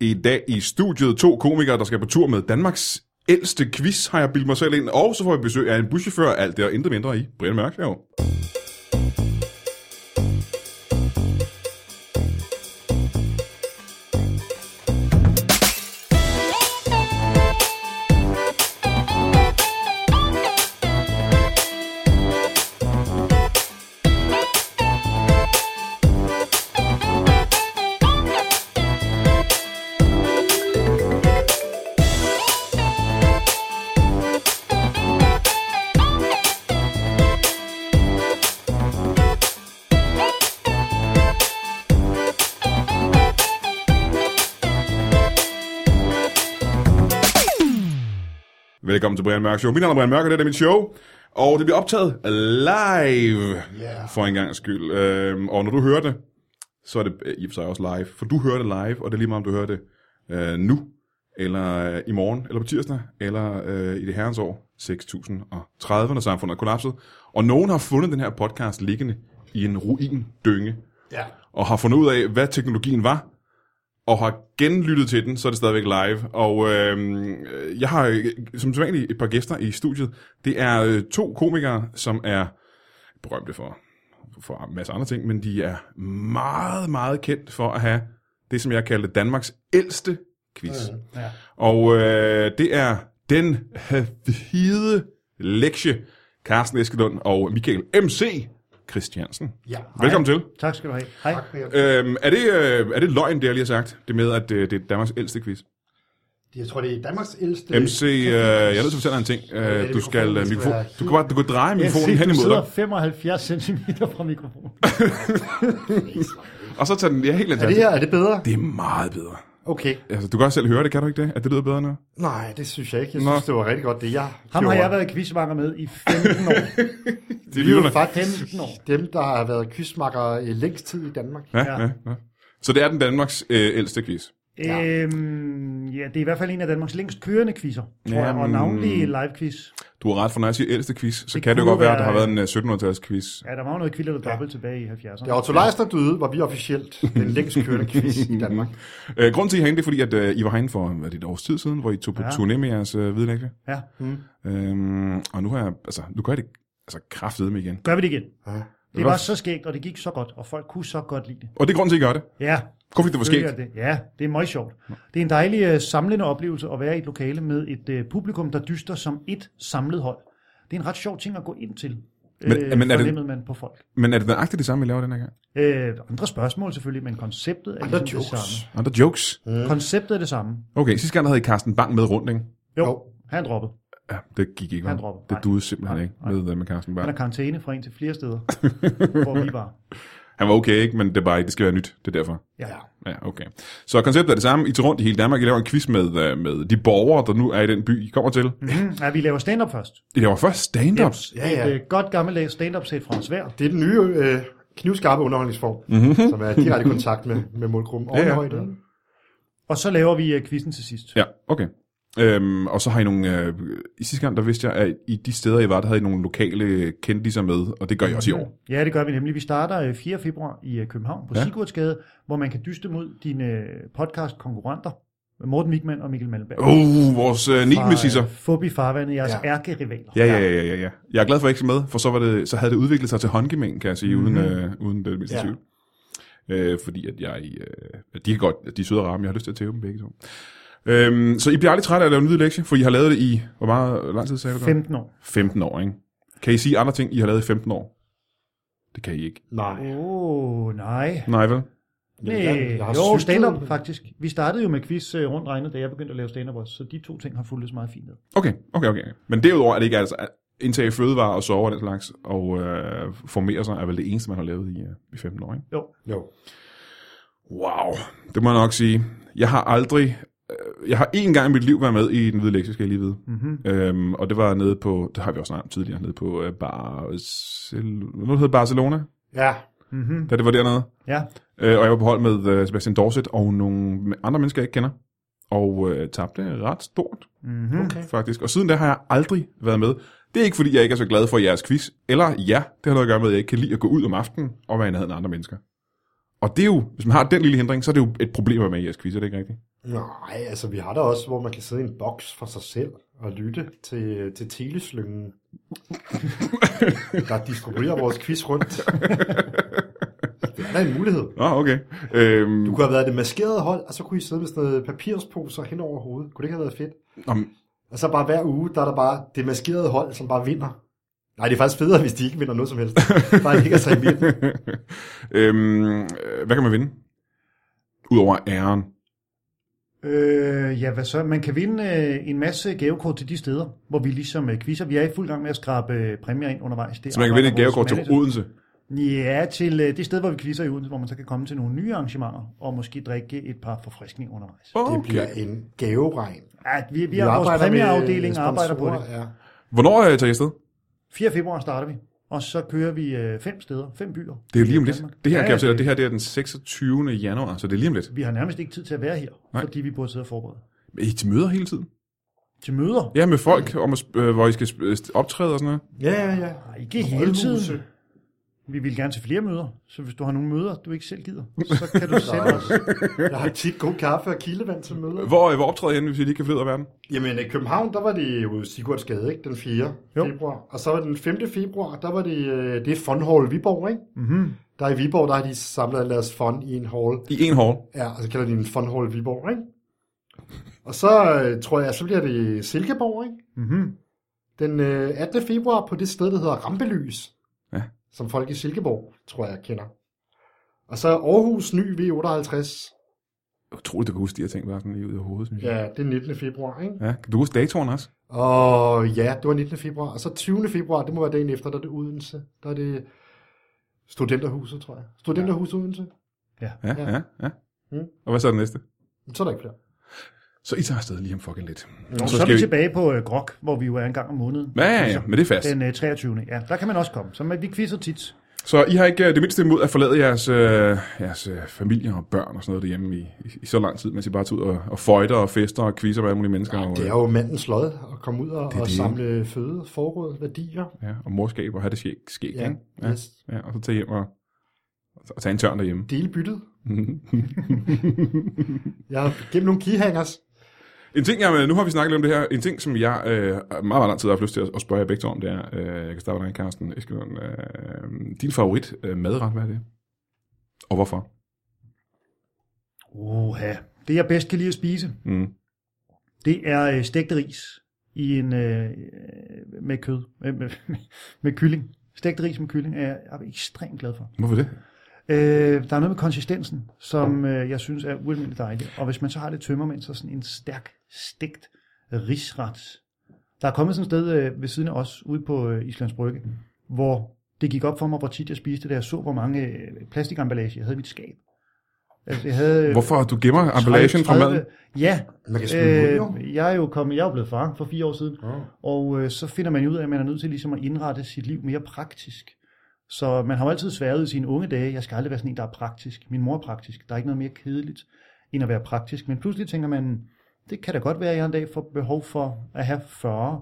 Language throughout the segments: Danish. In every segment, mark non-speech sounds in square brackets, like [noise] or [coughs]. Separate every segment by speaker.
Speaker 1: I dag i studiet to komikere, der skal på tur med Danmarks ældste quiz, har jeg bildt mig selv ind. Og så får vi besøg af en buschauffør, alt det og intet mindre i Brian Mørkjær. Velkommen til Brian Mørk Show. Mit navn er Brian Mørk, og det er mit show. Og det bliver optaget live, yeah. for en gang skyld. Øhm, og når du hører det, så er det øh, i og for sig også live. For du hører det live, og det er lige meget, om du hører det øh, nu, eller øh, i morgen, eller på tirsdag, eller øh, i det herrens år 6030, når samfundet er kollapset. Og nogen har fundet den her podcast liggende i en ruindynge,
Speaker 2: Ja.
Speaker 1: og har fundet ud af, hvad teknologien var, og har genlyttet til den, så er det stadigvæk live. Og øh, jeg har øh, som sædvanligt et par gæster i studiet. Det er øh, to komikere, som er berømte for, for en masse andre ting, men de er meget, meget kendt for at have det, som jeg kaldte Danmarks ældste quiz. Mm.
Speaker 2: ja.
Speaker 1: Og øh, det er den hvide lektie, Carsten Eskelund og Michael MC Christiansen.
Speaker 2: ja.
Speaker 1: Velkommen til.
Speaker 3: Tak skal du have. Hej. Tak.
Speaker 1: Øhm, er, det, øh, er det løgn, det jeg lige har sagt? Det med, at øh, det er Danmarks ældste quiz.
Speaker 2: Jeg tror, det er Danmarks ældste...
Speaker 1: MC, øh, jeg er nødt til at fortælle dig en ting.
Speaker 2: det
Speaker 1: Øh,
Speaker 2: er
Speaker 1: du skal øh,
Speaker 2: mikrofonen, det
Speaker 1: mikrofon,
Speaker 2: skal være
Speaker 1: du kan bare du kan dreje
Speaker 3: Jeg
Speaker 1: mikrofonen
Speaker 3: ser,
Speaker 1: hen imod
Speaker 3: du sidder
Speaker 1: dig,
Speaker 3: 75 cm fra
Speaker 1: [laughs]
Speaker 3: mikrofonen.
Speaker 1: og så tager den ja, helt ind
Speaker 2: Er
Speaker 1: til.
Speaker 2: det her, er det bedre?
Speaker 1: Det er meget bedre.
Speaker 2: Okay.
Speaker 1: Altså, du kan også selv høre det, kan du ikke det? At det lyder bedre nu?
Speaker 2: Nej, det synes jeg ikke. Jeg
Speaker 1: Nå.
Speaker 2: synes, det var rigtig godt, det jeg
Speaker 3: Ham har
Speaker 2: gjorde.
Speaker 3: jeg været quizmakker med i 15 år.
Speaker 1: [laughs] Det er
Speaker 2: Vi er jo
Speaker 1: lytterne.
Speaker 2: faktisk
Speaker 3: 15 år.
Speaker 2: dem, der har været kysmakker i længst tid i Danmark.
Speaker 1: Ja, ja, ja. Så det er den Danmarks øh, ældste quiz.
Speaker 2: Ja.
Speaker 3: Øhm, ja, det er i hvert fald en af Danmarks længst kørende quizzer, tror jeg, og
Speaker 1: Jamen.
Speaker 3: navnlig live quiz.
Speaker 1: Du har ret, for når jeg siger ældste quiz, så det
Speaker 3: Det
Speaker 1: kan det jo
Speaker 3: kunne
Speaker 1: godt være, at der har
Speaker 3: være,
Speaker 1: været en øh, 1700-tals quiz.
Speaker 3: Ja, der var jo noget kvilder, der dobbelt tilbage i 70'erne.
Speaker 2: Da Otto Leis, der døde, var vi officielt den længst kørende quiz i Danmark.
Speaker 1: Øh, grunden til, at I er herinde, det er fordi, at øh, I var herinde for hvad er det, et års tid siden, hvor I tog på ja.
Speaker 3: Ja.
Speaker 1: turné med jeres øh, hvide lektie.
Speaker 3: Ja.
Speaker 1: Øhm, og nu har jeg, altså, nu gør jeg det altså, kraftedeme igen.
Speaker 3: Gør vi det igen.
Speaker 2: Ja.
Speaker 3: Det var så skægt, og det gik så godt, og folk kunne så godt lide det.
Speaker 1: Og det er grunden til, at I gør det.
Speaker 3: Ja,
Speaker 1: Kun fordi det var
Speaker 3: selvfølgelig
Speaker 1: skægt.
Speaker 3: er det. Ja, det er meget sjovt. Det er en dejlig uh, samlende oplevelse at være i et lokale med et uh, publikum, der dyster som et samlet hold. Det er en ret sjov ting at gå ind til,
Speaker 1: Men-
Speaker 3: øh,
Speaker 1: men er det-
Speaker 3: fornemmede man på folk.
Speaker 1: Men er det nøjagtigt det samme, vi laver den her gang?
Speaker 3: Øh, andre spørgsmål selvfølgelig, men konceptet er
Speaker 2: Andre
Speaker 3: ligesom det
Speaker 2: jokes.
Speaker 3: samme.
Speaker 1: Andre jokes.
Speaker 3: Konceptet er det samme.
Speaker 1: Okay, sidste gang der havde I Carsten Bang med rundt, ikke?
Speaker 3: Jo,
Speaker 2: Jo.
Speaker 3: han droppede.
Speaker 1: Ja, det gik ikke.
Speaker 3: Han
Speaker 1: hva'?
Speaker 3: dropper.
Speaker 1: Det
Speaker 3: Nej.
Speaker 1: duede simpelthen
Speaker 3: Nej,
Speaker 1: ikke med, øh, med Carsten Bang.
Speaker 3: Han er karantæne fra en til flere steder, hvor vi var.
Speaker 1: Han var okay, ikke? Men det, er bare, det skal være nyt. Det er derfor.
Speaker 3: Ja.
Speaker 1: Ja, okay. Så konceptet er det samme. I tager rundt i hele Danmark. I laver en quiz med, øh, med de borgere, der nu er i den by, I kommer til.
Speaker 3: Mm, ja, vi laver stand-up først.
Speaker 1: I laver først stand-up.
Speaker 2: Ja,
Speaker 3: Et
Speaker 2: ja.
Speaker 3: øh, godt gammeldags stand-up set fra en svær.
Speaker 2: Det er den nye øh, knivskarpe underholdningsform, mm-hmm. som er i direkte kontakt med, med målgruppen. Og
Speaker 1: Ja, ja.
Speaker 2: ja, ja.
Speaker 3: Og så laver vi uh, quizzen til sidst.
Speaker 1: Ja, okay. Øhm, og så har I nogle... Øh, I sidste gang, der vidste jeg, at i de steder, I var, der havde I nogle lokale kendtiser med, og det gør I også i år.
Speaker 3: Ja, det gør vi nemlig. Vi starter øh, 4. februar i øh, København på
Speaker 1: Ja.
Speaker 3: ja. Sigurdsgade, hvor man kan dyste mod dine øh, podcast-konkurrenter, Morten Wigman og Mikkel Malmberg.
Speaker 1: Uh, vores øh,
Speaker 3: Fra,
Speaker 1: nilmesisser.
Speaker 3: øh, Fobi Farvandet, jeres
Speaker 2: Ja.
Speaker 3: ja. ærkerivaler.
Speaker 1: Ja, ja, ja, ja, ja. Jeg er glad for, at jeg ikke skal med, for så, var det, så havde det udviklet sig til håndgemæng, kan jeg sige, mm-hmm. uden, øh, uden det mindste ja.
Speaker 2: Ja.
Speaker 1: tvivl. Øh, fordi at jeg, øh, de kan godt, de er søde og rare, men jeg har lyst til at tæve dem begge to. Øhm, så I bliver aldrig trætte af at lave en ny lektie, for I har lavet det i, hvor meget hvor lang tid sagde du? det var?
Speaker 3: 15 år.
Speaker 1: 15 år, ikke? Kan I sige andre ting, I har lavet i 15 år? Det kan I ikke.
Speaker 2: Nej.
Speaker 3: Åh, oh, nej.
Speaker 1: Nej, vel?
Speaker 2: Jeg
Speaker 3: Nej,
Speaker 2: vil gerne- jeg har
Speaker 3: jo,
Speaker 2: cyklet.
Speaker 3: stand-up faktisk. Vi startede jo med quiz øh, rundt regnet, da jeg begyndte at lave stand-up også, så de to ting har fulgtes meget fint med.
Speaker 1: Okay, okay, okay. Men derudover er det ikke altså, at indtage fødevarer og sove og den slags, og øh, formere sig er vel det eneste, man har lavet i, øh, i 15 år, ikke?
Speaker 3: Jo,
Speaker 2: Jo.
Speaker 1: Wow, det må jeg nok sige. Jeg har aldrig... øh, Jeg har én gang i mit liv været med i den hvide lektie, skal jeg lige vide.
Speaker 3: Mhm.
Speaker 1: Øhm, og det var nede på, det har vi også snakket om tidligere, nede på øh, Barcelona, noget der hedder Barcelona,
Speaker 2: Ja. mhm.
Speaker 3: mm-hmm.
Speaker 1: da det var dernede.
Speaker 3: ja.
Speaker 1: Øh, og jeg var på hold med øh, Sebastian Dorset og nogle andre mennesker, jeg ikke kender. Og øh, tabte ret stort,
Speaker 3: Mm-hmm. Okay.
Speaker 2: Okay.
Speaker 1: faktisk. Og siden da har jeg aldrig været med. Det er ikke, fordi jeg ikke er så glad for jeres quiz. Eller ja, det har noget at gøre med, at jeg ikke kan lide at gå ud om aftenen og være i nærheden af andre mennesker. Og det er jo, hvis man har den lille hindring, så er det jo et problem at være med i jeres quiz, er det ikke rigtigt?
Speaker 2: Nej, altså vi har der også, hvor man kan sidde i en boks for sig selv og lytte til, til teleslyngen, der distribuerer vores quiz rundt. det er da en mulighed.
Speaker 1: Nå, Ah, okay. Øhm,
Speaker 2: Du kunne have været det maskerede hold, og så kunne I sidde med sådan noget papirsposer hen over hovedet. Kunne det ikke have været fedt?
Speaker 1: Nå, men-
Speaker 2: Og så bare hver uge, der er der bare det maskerede hold, som bare vinder. Nej, det er faktisk federe, hvis de ikke vinder noget som helst. Bare ligger sig i midten.
Speaker 1: [laughs] øhm, øh, hvad kan man vinde? Udover æren.
Speaker 3: Øh, ja, hvad så? Man kan vinde øh, en masse gavekort til de steder, hvor vi ligesom øh, quizzer. Vi er i fuld gang med at skrabe øh, præmier ind undervejs. Det
Speaker 1: Så man kan vinde et
Speaker 3: arbejder
Speaker 1: gavekort
Speaker 3: vores
Speaker 1: til
Speaker 3: manager-
Speaker 1: Odense.
Speaker 3: Ja, til øh, det sted, hvor vi quizzer i Odense, hvor man så kan komme til nogle nye arrangementer og måske drikke et par forfriskninger undervejs.
Speaker 2: Det bliver en gaveregn.
Speaker 3: Ja, vi, vi, vi har vores
Speaker 2: arbejder med øh,
Speaker 3: præmieafdeling arbejder på det.
Speaker 2: sponsorer, Ja.
Speaker 1: Hvornår øh, tager I afsted?
Speaker 3: 4. februar starter vi, og så kører vi øh, fem steder, fem byer.
Speaker 1: Det er lige om
Speaker 3: i
Speaker 1: lidt.
Speaker 3: Danmark.
Speaker 1: Det her,
Speaker 3: Ja,
Speaker 1: kan jeg
Speaker 3: ja,
Speaker 1: fortælle, dig,
Speaker 3: det-
Speaker 1: det her det er den 26. januar, så det er lige om lidt.
Speaker 3: Vi har nærmest ikke tid til at være her,
Speaker 1: Nej.
Speaker 3: Nej. fordi vi burde sidde og forberede.
Speaker 1: Er I til møder hele tiden?
Speaker 3: Til møder?
Speaker 1: Ja, med folk, om at, sp- øh, hvor I skal sp- øh, optræde og sådan noget.
Speaker 2: ja, ja, ja.
Speaker 3: Nej, ikke hele
Speaker 2: Rådhuse.
Speaker 3: tiden. Vi vil gerne til flere møder, så hvis du har nogle møder, du ikke selv
Speaker 1: [laughs]
Speaker 3: gider, så kan du sende os.
Speaker 2: Jeg har tit god kaffe og kildevand til møder.
Speaker 1: Hvor, øh, hvor optræder I henne, hvis I lige kan flyde af verden?
Speaker 2: Jamen, i København, der var det jo Sigurdsgade, ikke? Den 4.
Speaker 3: Jo.
Speaker 2: Jo. februar. Og så var det den 5. februar, der var det, øh, det er Fun Hall Viborg, ikke?
Speaker 3: Mm-hmm.
Speaker 2: Der i Viborg, der har de samlet alle deres fun i en hall.
Speaker 1: I en hall.
Speaker 2: Ja, og så kalder de den Fun Hall Viborg, ikke? Og så øh, tror jeg, så bliver det Silkeborg, ikke?
Speaker 3: Mm-hmm.
Speaker 2: Den øh, 18. februar på det sted, der hedder Rampelys.
Speaker 1: Ja.
Speaker 2: Som folk i Silkeborg, tror jeg, kender. Og så Aarhus ny V58.
Speaker 1: Utroligt, du kan huske de her ting bare sådan lige ud af hovedet, synes jeg.
Speaker 2: Ja, det er 19. februar, ikke?
Speaker 1: Ja. Kan du huske datoren også?
Speaker 2: Og ja, det var 19. februar. Og så 20. februar, det må være dagen efter, der er det Udense. Der er det Studenterhuset, tror jeg. Studenterhuset Udense.
Speaker 1: Ja, ja,
Speaker 2: Ja.
Speaker 1: ja. ja.
Speaker 2: Mm.
Speaker 1: Og hvad så er det næste?
Speaker 2: Så er der ikke flere.
Speaker 1: Så I tager afsted lige om fucking lidt.
Speaker 3: Så, så er vi, tilbage på øh, Grok, hvor vi jo er en gang om måneden.
Speaker 1: Ja, ja, ja,
Speaker 3: Quizzer.
Speaker 1: men det er fast.
Speaker 3: Den øh, 23. Ja, der kan man også komme. Så man, vi quizzer tit.
Speaker 1: Så I har ikke øh, det mindste imod at forlade jeres, øh, jeres øh, familie og børn og sådan noget derhjemme i, i, i så lang tid, mens I bare tager ud og, og føjter og fester og quizzer med alle mulige mennesker og,
Speaker 2: Det er
Speaker 1: øh,
Speaker 2: jo mandens lod at komme ud og,
Speaker 1: er
Speaker 2: og
Speaker 1: det.
Speaker 2: samle føde, forråd, værdier.
Speaker 1: ja, og morskab og have det skæg, skæg
Speaker 2: Ja,
Speaker 1: ikke? Ja.
Speaker 2: yes.
Speaker 1: ja, og så tage hjem og, og tage en tørn derhjemme. [laughs]
Speaker 2: Dele byttet. Jeg har gennem nogle keyhangers.
Speaker 1: En ting, jeg, nu har vi snakket lidt om det her, en ting, som jeg øh, meget, meget lang tid har haft lyst til at, at spørge jer begge to om, det er, øh, jeg kan starte med dig, Carsten Eskelund, øh, din favorit øh, madret, hvad er det? Og hvorfor?
Speaker 3: Oha. Det, jeg bedst kan lide at spise,
Speaker 1: Mm.
Speaker 3: det er øh, stegt ris i en, øh, med kød. Med, med, [laughs] med kylling. Stegt ris med kylling er jeg ekstremt glad for.
Speaker 1: Hvorfor det?
Speaker 3: Øh, der er noget med konsistensen, som øh, jeg synes er ualmindeligt dejligt. Og hvis man så har lidt tømmermænd, så sådan en stærk, stegt risret. Der er kommet sådan et sted øh, ved siden af os, ude på øh, Islands Brygge, hvor det gik op for mig, hvor tit jeg spiste det, da jeg så, hvor mange øh, plastikemballage jeg havde i mit skab. Altså, jeg havde, øh,
Speaker 1: Hvorfor du gemmer emballagen fra
Speaker 3: 30
Speaker 1: maden?
Speaker 3: Ja,
Speaker 2: Man kan smide øh, ud,
Speaker 3: øh, jeg er jo kommet, jeg er jo blevet far for fire år siden.
Speaker 2: jo.
Speaker 3: Og øh, så finder man jo ud af, at man er nødt til ligesom at indrette sit liv mere praktisk. Så man har jo altid sværet i sine unge dage, jeg skal aldrig være sådan en, der er praktisk. Min mor er praktisk. Der er ikke noget mere kedeligt, end at være praktisk. Men pludselig tænker man, det kan da godt være, at jeg en dag får behov for at have 40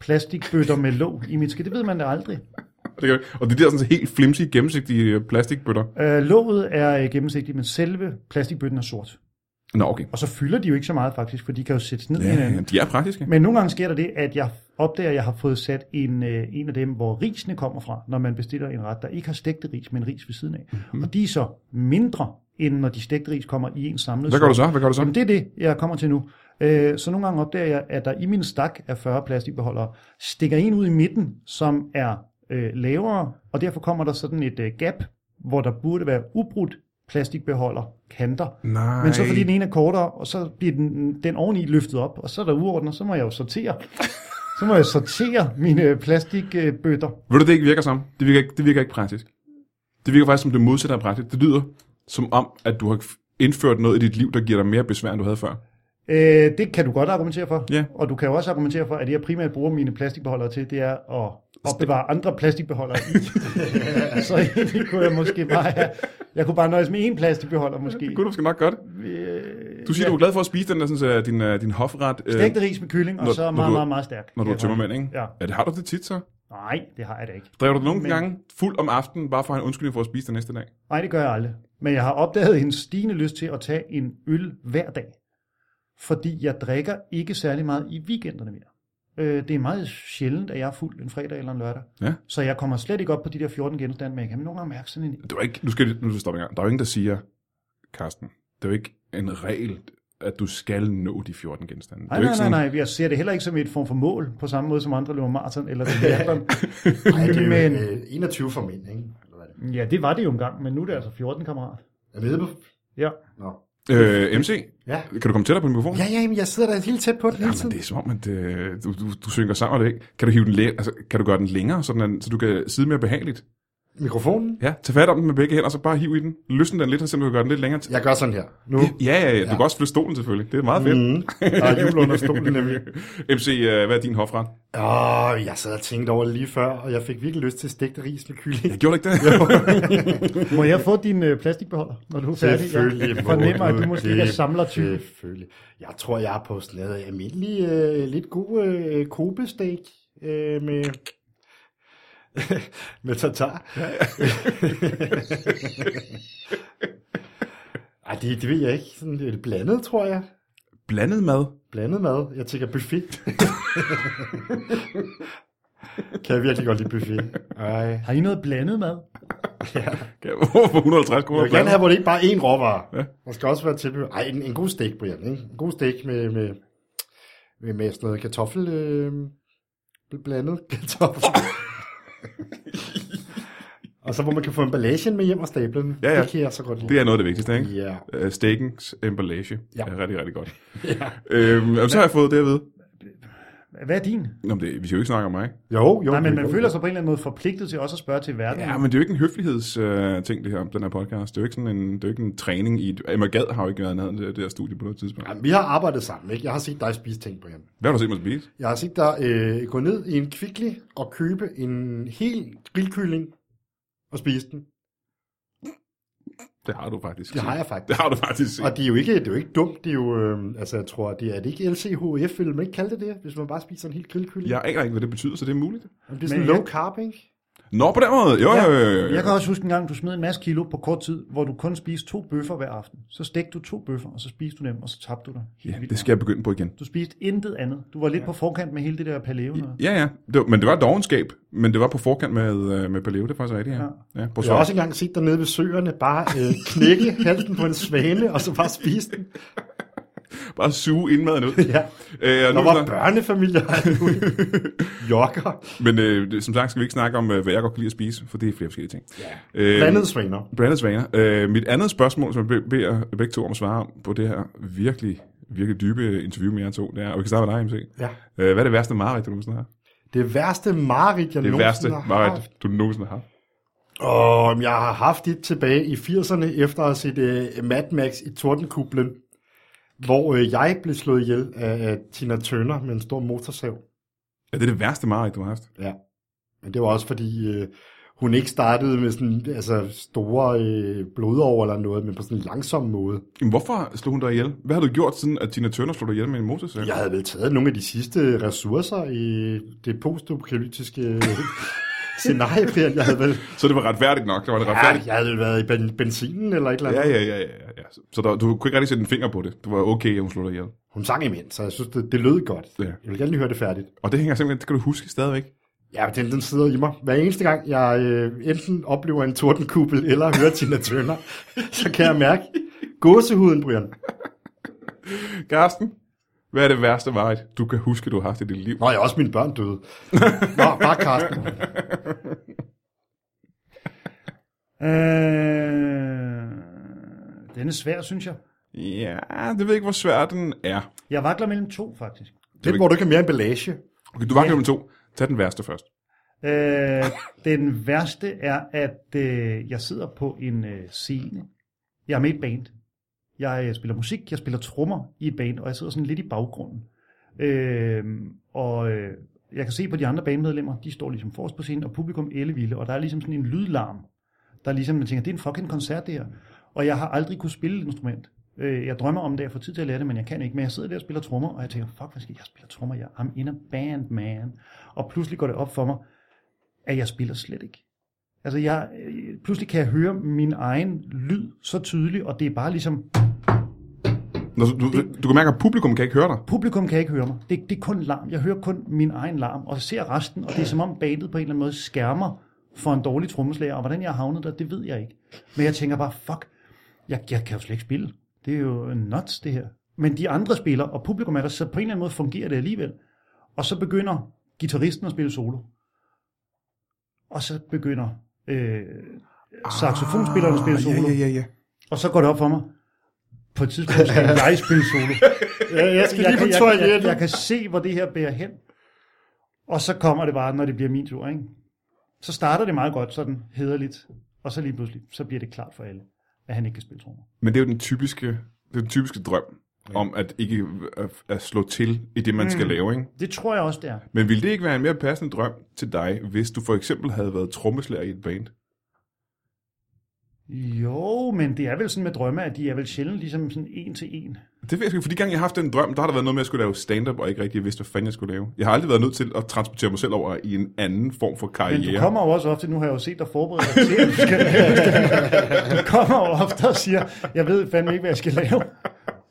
Speaker 3: plastikbøtter med låg i mit skab. Det ved man da aldrig.
Speaker 1: Og det kan- Og det er der sådan helt flimsy, gennemsigtige øh, plastikbøtter.
Speaker 3: Øh, låget er øh, gennemsigtigt, men selve plastikbøtten er sort.
Speaker 1: Nå, okay.
Speaker 3: Og så fylder de jo ikke så meget faktisk, for de kan jo sættes ned i
Speaker 1: Ja,
Speaker 3: hinanden.
Speaker 1: ja, de er praktiske.
Speaker 3: Men nogle gange sker der det, at jeg opdager, at jeg har fået sat en, øh, en af dem, hvor risene kommer fra, når man bestiller en ret, der ikke har stegte ris, men ris ved siden af.
Speaker 1: Mhm.
Speaker 3: Mm-hmm. Og de er så mindre, end når de stegte ris kommer i en samlet
Speaker 1: Hvad gør du så? Hvad gør du så?
Speaker 3: Jamen, det er det, jeg kommer til nu. Øh, så nogle gange opdager jeg, at der i min stak af 40 plastikbeholdere stikker en ud i midten, som er øh, lavere, og derfor kommer der sådan et øh, gap, hvor der burde være ubrudt plastikbeholder kanter.
Speaker 1: Nej.
Speaker 3: Men så fordi den ene er kortere, og så bliver den, den oveni løftet op, og så er der uorden, og så må jeg jo sortere. Så må jeg sortere mine plastikbøtter.
Speaker 1: Ved du, det ikke virker sammen? Det virker ikke, det virker ikke praktisk. Det virker faktisk som det modsatte af praktisk. Det lyder som om, at du har f- indført noget i dit liv, der giver dig mere besvær, end du havde før.
Speaker 3: Øh, det kan du godt argumentere for.
Speaker 1: Ja.
Speaker 3: Og du kan jo også argumentere for, at det jeg primært bruger mine plastikbeholdere til, det er at opbevare andre plastikbeholdere i.
Speaker 1: [laughs]
Speaker 3: så egentlig kunne jeg måske bare have, Jeg kunne bare nøjes med én plastikbeholder måske.
Speaker 1: Gud, du skal nok godt.
Speaker 3: Øh,
Speaker 1: Du siger, ja. du er glad for at spise den der, sådan, så din, øh, din hofret, øh,
Speaker 3: Stægte ris med kylling, og
Speaker 1: Når-
Speaker 3: så
Speaker 1: når
Speaker 3: meget, meget,
Speaker 1: du-
Speaker 3: meget, stærk.
Speaker 1: når du er tømmermænd, ikke?
Speaker 3: Ja.
Speaker 1: ja. det har du det tit så?
Speaker 3: Nej, det har jeg da ikke.
Speaker 1: Driver du det nogle
Speaker 3: Men-
Speaker 1: gange fuld om aftenen, bare for at have en undskyldning for at spise det næste dag?
Speaker 3: Nej, det gør jeg aldrig. Men jeg har opdaget en stigende lyst til at tage en øl hver dag, fordi jeg drikker ikke særlig meget i weekenderne mere. Øh, det er meget sjældent, at jeg er fuld en fredag eller en lørdag.
Speaker 1: Ja.
Speaker 3: Så jeg kommer slet ikke op på de der 14 genstande, men jeg kan nogle gange mærke sådan en...
Speaker 1: Du er ikke, nu skal jeg- nu skal jeg stoppe en gang. Der er jo ingen, der siger, Karsten, det er jo ikke en regel, at du skal nå de 14 genstande.
Speaker 3: Nej,
Speaker 1: det er jo
Speaker 3: nej,
Speaker 1: ikke
Speaker 3: nej,
Speaker 1: sådan,
Speaker 3: nej, jeg ser det heller ikke som et form for mål, på samme måde som andre løber maraton eller
Speaker 1: [laughs]
Speaker 3: triathlon.
Speaker 2: Ej, det er
Speaker 3: Men-
Speaker 2: jo øh, 21 for mænd, ikke? Eller hvad er det?
Speaker 3: ja, det var det jo engang, men nu er det altså 14, kammerat.
Speaker 2: Er vi ude på?
Speaker 3: Ja.
Speaker 2: Nå.
Speaker 1: Øh, MC,
Speaker 2: Ja.
Speaker 1: kan du komme tættere på mikrofonen?
Speaker 2: Ja, ja, jamen, jeg sidder der helt tæt på det hele
Speaker 1: Jamen,
Speaker 2: tiden.
Speaker 1: det er som om, at øh, du, du, du synker sammen det ikke. Kan du, hive den læ- altså, kan du gøre den længere, sådan, at, så du kan sidde mere behageligt?
Speaker 2: Mikrofonen.
Speaker 1: Ja, tag fat om den med begge hænder, og så bare hiv i den. Løsne den lidt, så du kan gøre den lidt længere.
Speaker 2: Jeg gør sådan her. Nu.
Speaker 1: Ja, ja, ja. Du kan også flytte stolen selvfølgelig. Det er meget fedt.
Speaker 2: Mm. Der er jul under stolen,
Speaker 1: [laughs]
Speaker 2: nemlig.
Speaker 1: MC, øh, hvad er din hofret?
Speaker 2: Åh, jeg sad og tænkte over det lige før, og jeg fik virkelig lyst til stegte ris med kylling.
Speaker 1: Jeg gjorde [laughs] ikke det.
Speaker 3: Må jeg få din øh, plastikbeholder, når du er færdig? Jeg
Speaker 2: må
Speaker 3: fornemmer, at
Speaker 2: du
Speaker 3: du måske ikke er
Speaker 2: det.
Speaker 3: samlertype.
Speaker 2: Selvfølgelig. Jeg tror, jeg er på sådan noget almindelig, øh, lidt god øh, kobesteak øh, med, [laughs] med tartar. [laughs] Ej, det, det ved jeg ikke. Sådan lidt blandet, tror jeg.
Speaker 1: Blandet mad.
Speaker 2: Blandet mad. Jeg tænker buffet. [laughs] kan jeg virkelig godt lide buffet. Ej. Jeg
Speaker 3: Har I noget blandet mad?
Speaker 1: Kan jeg- [laughs] For 150 kroner.
Speaker 2: vil gerne have, hvor det ikke bare er én råvare.
Speaker 1: Ja.
Speaker 2: Ja. Der skal også være tilbehør. Ej, en, en god steak, Brian. Ikke? En god steak med, med, med, med sådan noget kartoffel... Øh, blandet [laughs] kartoffel. og så hvor man kan få emballagen med hjem og stable den.
Speaker 1: Ja, ja.
Speaker 2: Det kan jeg så godt lide.
Speaker 1: Det er noget af det vigtigste, ikke?
Speaker 2: Ja.
Speaker 1: Øh, Steakens emballage ja.
Speaker 2: Ja.
Speaker 1: er rigtig, rigtig godt. ja. øhm, jamen, så har jeg fået det at vide.
Speaker 3: Hvad er din?
Speaker 1: Nå, men det, vi skal jo ikke snakke om mig.
Speaker 2: Jo, jo.
Speaker 3: Nej, men
Speaker 2: det er
Speaker 3: man
Speaker 2: godt.
Speaker 3: føler sig på en eller anden måde forpligtet til også at spørge til verden.
Speaker 1: Ja, men det er jo ikke en høflighedsting, øh, ting, det her, den her podcast. Det er jo ikke sådan en, det er jo ikke en træning i... et- Emma Gad har jo ikke været nede det, det her studie på noget tidspunkt.
Speaker 2: Jamen, vi har arbejdet sammen, ikke? Jeg har set dig spise ting, Brian.
Speaker 1: Hvad har du set mig spise?
Speaker 2: Jeg har set dig øh, gå ned i en kvickly og købe en hel grillkylling og spise den.
Speaker 1: Det har du faktisk.
Speaker 2: Det har jeg
Speaker 1: Det
Speaker 2: faktisk.
Speaker 1: har du faktisk set.
Speaker 2: Og det er jo ikke, det er jo ikke dumt, det er jo, øh, altså jeg tror, det er, er det ikke LCHF, vil man ikke kalde det det, hvis man bare spiser en hel grillkylling?
Speaker 1: Jeg aner ikke, hvad det betyder, så det er muligt.
Speaker 2: Jamen, Det er sådan
Speaker 3: Men jeg-
Speaker 2: low carb, ikke?
Speaker 1: Nå, på den måde. Jo, ja. jo, jo, jo.
Speaker 3: Jeg kan også huske en gang, du smed en masse kilo på kort tid, hvor du kun spiste to bøffer hver aften. Så stegte du to bøffer, og så spiste du dem, og så tabte du dig helt
Speaker 1: Ja,
Speaker 3: vildt.
Speaker 1: det skal jeg begynde på igen.
Speaker 3: Du spiste intet andet. Du var lidt ja. på forkant med hele det der paleo. noget.
Speaker 1: Ja, ja. Det var, men det var dogenskab, men det var på forkant med, øh, med Paleo, det er faktisk rigtigt, ja. ja. prøv at
Speaker 2: Jeg har
Speaker 1: svare.
Speaker 2: også engang set dig nede ved søerne bare øh,
Speaker 1: [laughs]
Speaker 2: knække halsen på en svane, og så bare spise den.
Speaker 1: Bare suge indmaden ud.
Speaker 2: Ja.
Speaker 1: Øh, og nu
Speaker 2: Der
Speaker 1: så-
Speaker 2: var
Speaker 1: [laughs]
Speaker 2: børnefamilier og alt muligt. Jokker.
Speaker 1: Men øh, det- som sagt skal vi ikke snakke om, øh, hvad jeg godt kan lide at spise, for det er flere forskellige ting. Ja. Øh,
Speaker 2: Blandede svaner.
Speaker 1: Blandet svaner. Øh, mit andet spørgsmål, som jeg be- beder begge to om at svare om på det her virkelig, virkelig dybe interview med jer to, det er, og vi kan starte med dig, MC.
Speaker 2: Ja.
Speaker 1: Øh, hvad er det værste mareridt, du nogensinde har haft?
Speaker 2: Det værste mareridt, jeg
Speaker 1: Det
Speaker 2: nogensinde
Speaker 1: værste
Speaker 2: har haft.
Speaker 1: mareridt, du nogensinde har haft.
Speaker 2: Og jeg har haft et tilbage i 80'erne, efter at have set uh, Mad Max i Tordenkublen, hvor uh, jeg blev slået ihjel af uh, Tina Turner med en stor motorsav.
Speaker 1: Ja, det er det værste mareridt, du har haft.
Speaker 2: Ja. Men det var også fordi, uh, hun ikke startede med sådan altså, store uh, blodår eller noget, men på sådan en langsom måde.
Speaker 1: Jamen, hvorfor slog hun dig ihjel? Hvad har du gjort, siden at Tina Turner slog dig ihjel med en motorcykel?
Speaker 2: Jeg havde vel taget nogle af de sidste ressourcer i det
Speaker 1: [laughs]
Speaker 2: postapokalyptiske øh, scenarie, Brian. Jeg havde vel
Speaker 1: Så det var retfærdigt nok. Det var det
Speaker 2: ja,
Speaker 1: retfærdigt.
Speaker 2: jeg havde vel været i ben- benzinen eller et eller andet.
Speaker 1: Ja, ja, ja, ja, ja, ja. Så der, du kunne ikke rigtig sætte en finger på det. Du var okay, at hun slog dig ihjel.
Speaker 2: Hun sang imens, så jeg synes, det, det lød godt.
Speaker 1: Ja.
Speaker 2: Jeg vil gerne lige høre det færdigt.
Speaker 1: Og det hænger simpelthen, det kan du huske stadigvæk.
Speaker 2: Ja, men den, den sidder i mig. Hver eneste gang, jeg øh, enten oplever en tordenkubel eller hører Tina Turner, [laughs] så kan jeg mærke gåsehuden, Brian.
Speaker 1: Karsten, hvad er det værste mareridt, du kan huske, du har haft i dit liv?
Speaker 2: Nå, jeg er også mine børn døde. Nå, bare
Speaker 3: [laughs]
Speaker 2: Karsten.
Speaker 3: Øh, den er svær, synes jeg.
Speaker 1: Ja, det ved jeg ikke, hvor svær den er.
Speaker 3: Jeg vakler mellem to, faktisk.
Speaker 2: Den, hvor du ikke har mere emballage.
Speaker 1: Okay, du var nummer to. Tag den værste først.
Speaker 3: Øh, den værste er, at øh, jeg sidder på en øh, scene. Jeg er med i et band. Jeg øh, spiller musik, jeg spiller trommer i et band, og jeg sidder sådan lidt i baggrunden. Øh, og øh, jeg kan se på de andre bandmedlemmer, de står ligesom forrest på scenen, og publikum ellevilde, og der er ligesom sådan en lydlarm, der er ligesom, man tænker, det er en fucking koncert det her. Og jeg har aldrig kunne spille et instrument. Øh, jeg drømmer om det, jeg får tid til at lære det, men jeg kan ikke. Men jeg sidder der og spiller trommer, og jeg tænker, fuck, hvad skal jeg spille trommer? Jeg I'm in a band, man. Og pludselig går det op for mig, at jeg spiller slet ikke. Altså, jeg, øh, pludselig kan jeg høre min egen lyd så tydeligt, og det er bare ligesom,
Speaker 1: Nå, så du, du kan mærke, at publikum kan ikke høre dig.
Speaker 3: publikum kan ikke høre mig. Det, det er kun larm. Jeg hører kun min egen larm, og ser resten, og det er som om bandet på en eller anden måde skærmer for en dårlig trommeslager, og hvordan jeg har havnet der, det ved jeg ikke. Men jeg tænker bare, fuck, jeg, jeg kan jo slet ikke spille. Det er jo nuts, det her. Men de andre spiller, og publikum er der, så på en eller anden måde fungerer det alligevel. Og så begynder gitarristen at spille solo. Og så begynder øh, saxofonspilleren at spille solo.
Speaker 1: Ah, Ja, ja, ja, ja.
Speaker 3: Og så går det op for mig. På et tidspunkt skal jeg spille solo.
Speaker 2: Ja, jeg skal
Speaker 3: jeg,
Speaker 2: lige på
Speaker 3: kan, jeg,
Speaker 2: toilettet.
Speaker 3: jeg, jeg kan se, hvor det her bærer hen. Og så kommer det bare, når det bliver min tur. Ikke? Så starter det meget godt, sådan hederligt. Og så lige pludselig, så bliver det klart for alle, at han ikke kan spille trommer.
Speaker 1: Men det er jo den typiske, det er den typiske drøm om at ikke at, at slå til i det, man mm. skal lave. Ikke?
Speaker 3: Det tror jeg også, det er.
Speaker 1: Men ville det ikke være en mere passende drøm til dig, hvis du for eksempel havde været trommeslager i et band?
Speaker 3: Jo, men det er vel sådan med drømme, at de er vel sjældent ligesom sådan en til en.
Speaker 1: Det ved jeg sgu, ikke, for de gange, jeg har haft den drøm, der har der været noget med, at jeg skulle lave stand-up, og ikke rigtig vidste, hvad fanden jeg skulle lave. Jeg har aldrig været nødt til at transportere mig selv over i en anden form for
Speaker 3: Men
Speaker 1: karriere.
Speaker 3: du kommer jo også ofte, nu har jeg jo set dig forberede dig til, at du skal lave- [laughs] Du kommer jo ofte og siger, jeg ved fandme ikke, hvad jeg skal lave.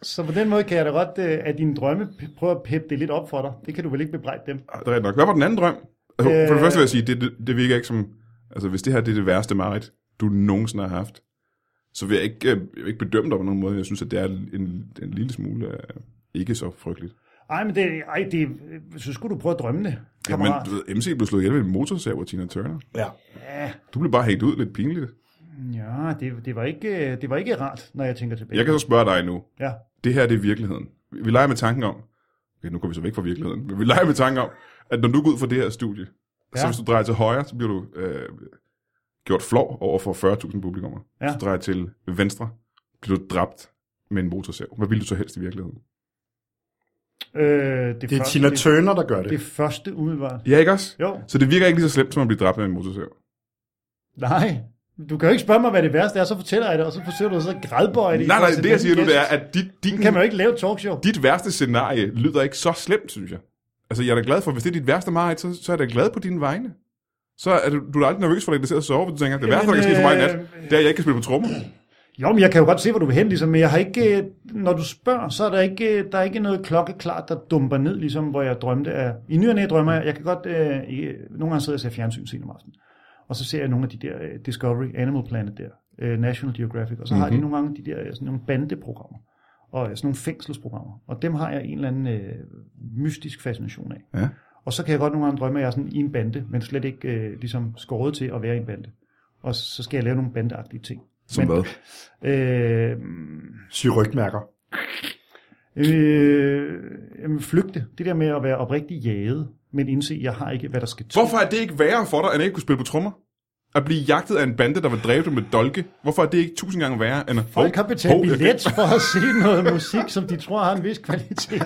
Speaker 3: Så på den måde kan jeg da godt, øh, at dine drømme p- prøve at peppe det lidt op for dig. Det kan du vel ikke bebrejde dem.
Speaker 1: Ah, Det er rigtigt nok. Hvad var den anden drøm? Altså, øh... For det
Speaker 3: Øh.
Speaker 1: første vil jeg sige, det, det, det virker ikke som... Altså, hvis det her det er det værste mareridt, du nogensinde har haft, så vil jeg ikke, øh, jeg vil ikke bedømme dig på nogen måde. Jeg synes, at det er en, en lille smule øh, ikke så frygteligt.
Speaker 3: Ej, men det, ej, det, øh, så skulle du prøve at drømme det,
Speaker 1: Jamen,
Speaker 3: kammerat.
Speaker 1: du ved, MC blev slået ihjel ved en motorsav af Tina Turner.
Speaker 2: Ja.
Speaker 3: Ja,
Speaker 1: Du blev bare hængt ud lidt pinligt.
Speaker 3: ja det, det, var ikke, øh, det var ikke rart, når jeg tænker tilbage.
Speaker 1: Jeg kan så spørge dig nu.
Speaker 3: Ja.
Speaker 1: Det her, det er virkeligheden. Vi vi leger med tanken om... Okay, nu går vi så væk fra virkeligheden. Men vi leger med tanken om, at når du går ud fra det her studie, ja. så
Speaker 3: Ja.
Speaker 1: hvis du drejer til højre, så bliver du øh, gjort flov over for 40.000 publikummer.
Speaker 3: Ja.
Speaker 1: Hvis du drejer til venstre, bliver du dræbt med en motorsav. Hvad ville du så helst i virkeligheden?
Speaker 3: Øh, det,
Speaker 2: Det er
Speaker 3: første,
Speaker 2: Tina
Speaker 3: det,
Speaker 2: Turner, der gør det.
Speaker 3: det første umiddelbart.
Speaker 1: Ja, ikke også?
Speaker 3: Jo,
Speaker 1: Så det virker ikke lige så slemt, som at blive dræbt med en motorsav.
Speaker 3: nej. Du kan jo ikke spørge mig, hvad det værste er, så fortæller jeg det, og så forsøger du så at grædbøje det.
Speaker 1: Nej,
Speaker 3: i
Speaker 1: nej,
Speaker 3: forhold til
Speaker 1: det jeg
Speaker 3: den
Speaker 1: siger nu,
Speaker 3: gæst.
Speaker 1: det er, at dit, din,
Speaker 3: Kan man jo ikke lave et talkshow.
Speaker 1: dit værste scenarie lyder ikke så slemt, synes jeg. Altså, jeg er da glad for, hvis det er dit værste mareridt, så, så er jeg da glad på dine vegne. Så er du, du er aldrig nervøs for, at lægge dig til at sove, for du tænker, det værste, der kan ske for mig i nat, det er, at jeg ikke kan spille på trommer.
Speaker 3: Jo, men jeg kan jo godt se, hvor du vil hen, ligesom, men jeg har ikke, øh, når du spørger, så er der ikke, øh, der er ikke noget klokkeklart, der dumper ned, ligesom, hvor jeg drømte af. I ny og næ drømmer jeg, jeg kan godt, øh, i, nogle gange sidder jeg og ser fjernsyn sent om aftenen, og så ser jeg nogle af de der øh, Discovery, Animal Planet der, øh, National Geographic, og så mm-hmm.
Speaker 1: Mhm.
Speaker 3: har de nogle gange de der øh, sådan nogle bandeprogrammer, og øh, sådan nogle fængselsprogrammer, og dem har jeg en eller anden øh, mystisk fascination af.
Speaker 1: Ja.
Speaker 3: Og så kan jeg godt nogle gange drømme, at jeg er sådan i en bande, men slet ikke øh, ligesom skåret til at være i en bande. Og så skal jeg lave nogle bandeagtige ting.
Speaker 1: Som
Speaker 3: Men-
Speaker 1: hvad?
Speaker 3: Øh,
Speaker 2: Syge rygmærker.
Speaker 3: øh, jamen, flygte. Det der med at være oprigtig jaget, men indse, at jeg har ikke, hvad der skal til.
Speaker 1: Hvorfor er det ikke værre for dig, end at ikke kunne spille på trommer? At blive jagtet af en bande, der vil dræbe dig med dolke. Hvorfor er det ikke tusind gange værre, end at...
Speaker 3: Folk har betalt
Speaker 1: Hov, øh, hov,
Speaker 3: billet for at se noget musik, som de tror har en vis
Speaker 1: [laughs]
Speaker 3: kvalitet.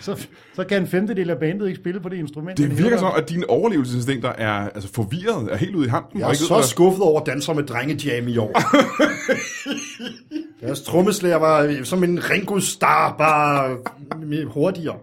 Speaker 3: så, så kan en femtedel af bandet ikke spille på det instrument.
Speaker 1: Det
Speaker 3: man
Speaker 1: virker
Speaker 3: hævder.
Speaker 1: som, om, at dine overlevelsesinstinkter er altså, forvirret, er helt ude i hampen.
Speaker 2: Jeg
Speaker 1: og
Speaker 2: er
Speaker 1: ikke ved, hvad
Speaker 2: så
Speaker 1: der-
Speaker 2: skuffet over danser med drengejam i
Speaker 3: [laughs]
Speaker 2: år. Deres trommeslager var som en Ringo Starr, bare mere hurtigere.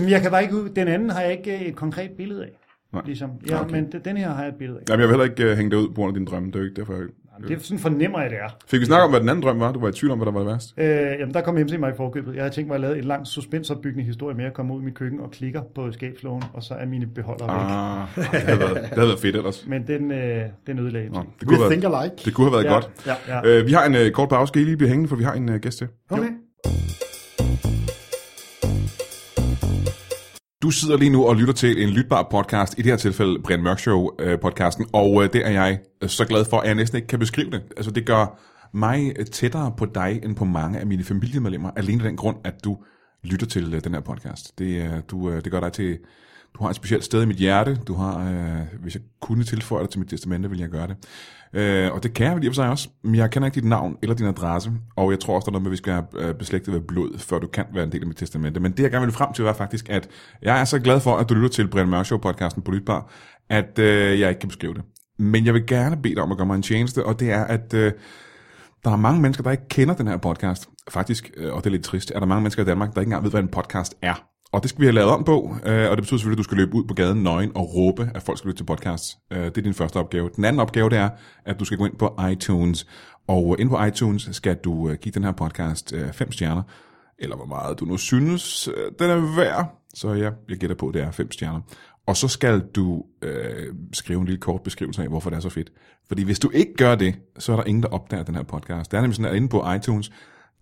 Speaker 3: Men jeg kan bare ikke ud. Den anden har jeg ikke øh, et konkret billede af.
Speaker 1: Nej.
Speaker 3: Ligesom. Ja, okay. men d- den her har jeg et billede af.
Speaker 1: Jamen, jeg vil heller ikke uh, hænge dig ud på grund af dine drømme. Det er jo ikke derfor, jeg...
Speaker 3: Det er sådan fornemmer jeg, det er.
Speaker 1: Fik vi snakket om, hvad den anden drøm var? Du var i tvivl om, hvad der var det værste.
Speaker 3: Øh, jamen, der kom MC mig i forkøbet. Jeg havde tænkt mig at lave en lang suspensopbyggende historie med at komme ud i mit køkken og klikker på skabslågen, og så er mine beholdere væk.
Speaker 1: Ah, det havde været, det havde været fedt ellers.
Speaker 3: Men den, øh, den ødelagde
Speaker 1: Nå,
Speaker 3: MC.
Speaker 1: det
Speaker 2: We
Speaker 1: kunne have været,
Speaker 2: think alike.
Speaker 1: det kunne have været
Speaker 3: Ja,
Speaker 1: godt.
Speaker 2: Ja.
Speaker 3: Ja.
Speaker 1: Øh, vi har en øh, kort pause. Skal I lige blive hængende, for vi har en øh, gæst til.
Speaker 2: Okay.
Speaker 1: Du sidder lige nu og lytter til en lytbar podcast, i det her tilfælde Brian Mørk Show øh, podcasten, og øh, det er jeg øh, så glad for, at jeg næsten ikke kan beskrive det. Altså det gør mig øh, tættere på dig, end på mange af mine familiemedlemmer, alene af den grund, at du lytter til øh, den her podcast. Det, øh, du, øh, det gør dig til, du har et specielt sted i mit hjerte, du har, øh, hvis jeg kunne tilføje dig til mit testamente, ville jeg gøre det. Øh, og det kan jeg vel i og for sig også, men jeg kender ikke dit navn eller din adresse, og jeg tror også, der er noget med, at vi skal være øh, beslægtet ved blod, før du kan være en del af mit testamente. Men det, jeg gerne vil frem til, var faktisk, at jeg er så glad for, at du lytter til Brian Mørk Show-podcasten på Lytbar, at øh, jeg ikke kan beskrive det. Men jeg vil gerne bede dig om at gøre mig en tjeneste, og det er, at øh, der er mange mennesker, der ikke kender den her podcast. Faktisk, øh, og det er lidt trist, er der mange mennesker i Danmark, der ikke engang ved, hvad en podcast er. Og det skal vi have lavet om på, øh, og det betyder selvfølgelig, at du skal løbe ud på gaden nøgen og råbe, at folk skal lytte til podcasts. Øh, det er din første opgave. Den anden opgave, det er, at du skal gå ind på iTunes, og øh, ind på iTunes skal du øh, give den her podcast øh, fem stjerner, eller hvor meget du nu synes, øh, den er værd. Så ja, jeg gætter på, at det er fem stjerner. Og så skal du øh, skrive en lille kort beskrivelse af, hvorfor det er så fedt. Fordi hvis du ikke gør det, så er der ingen, der opdager den her podcast. Det er nemlig sådan, at inde på iTunes,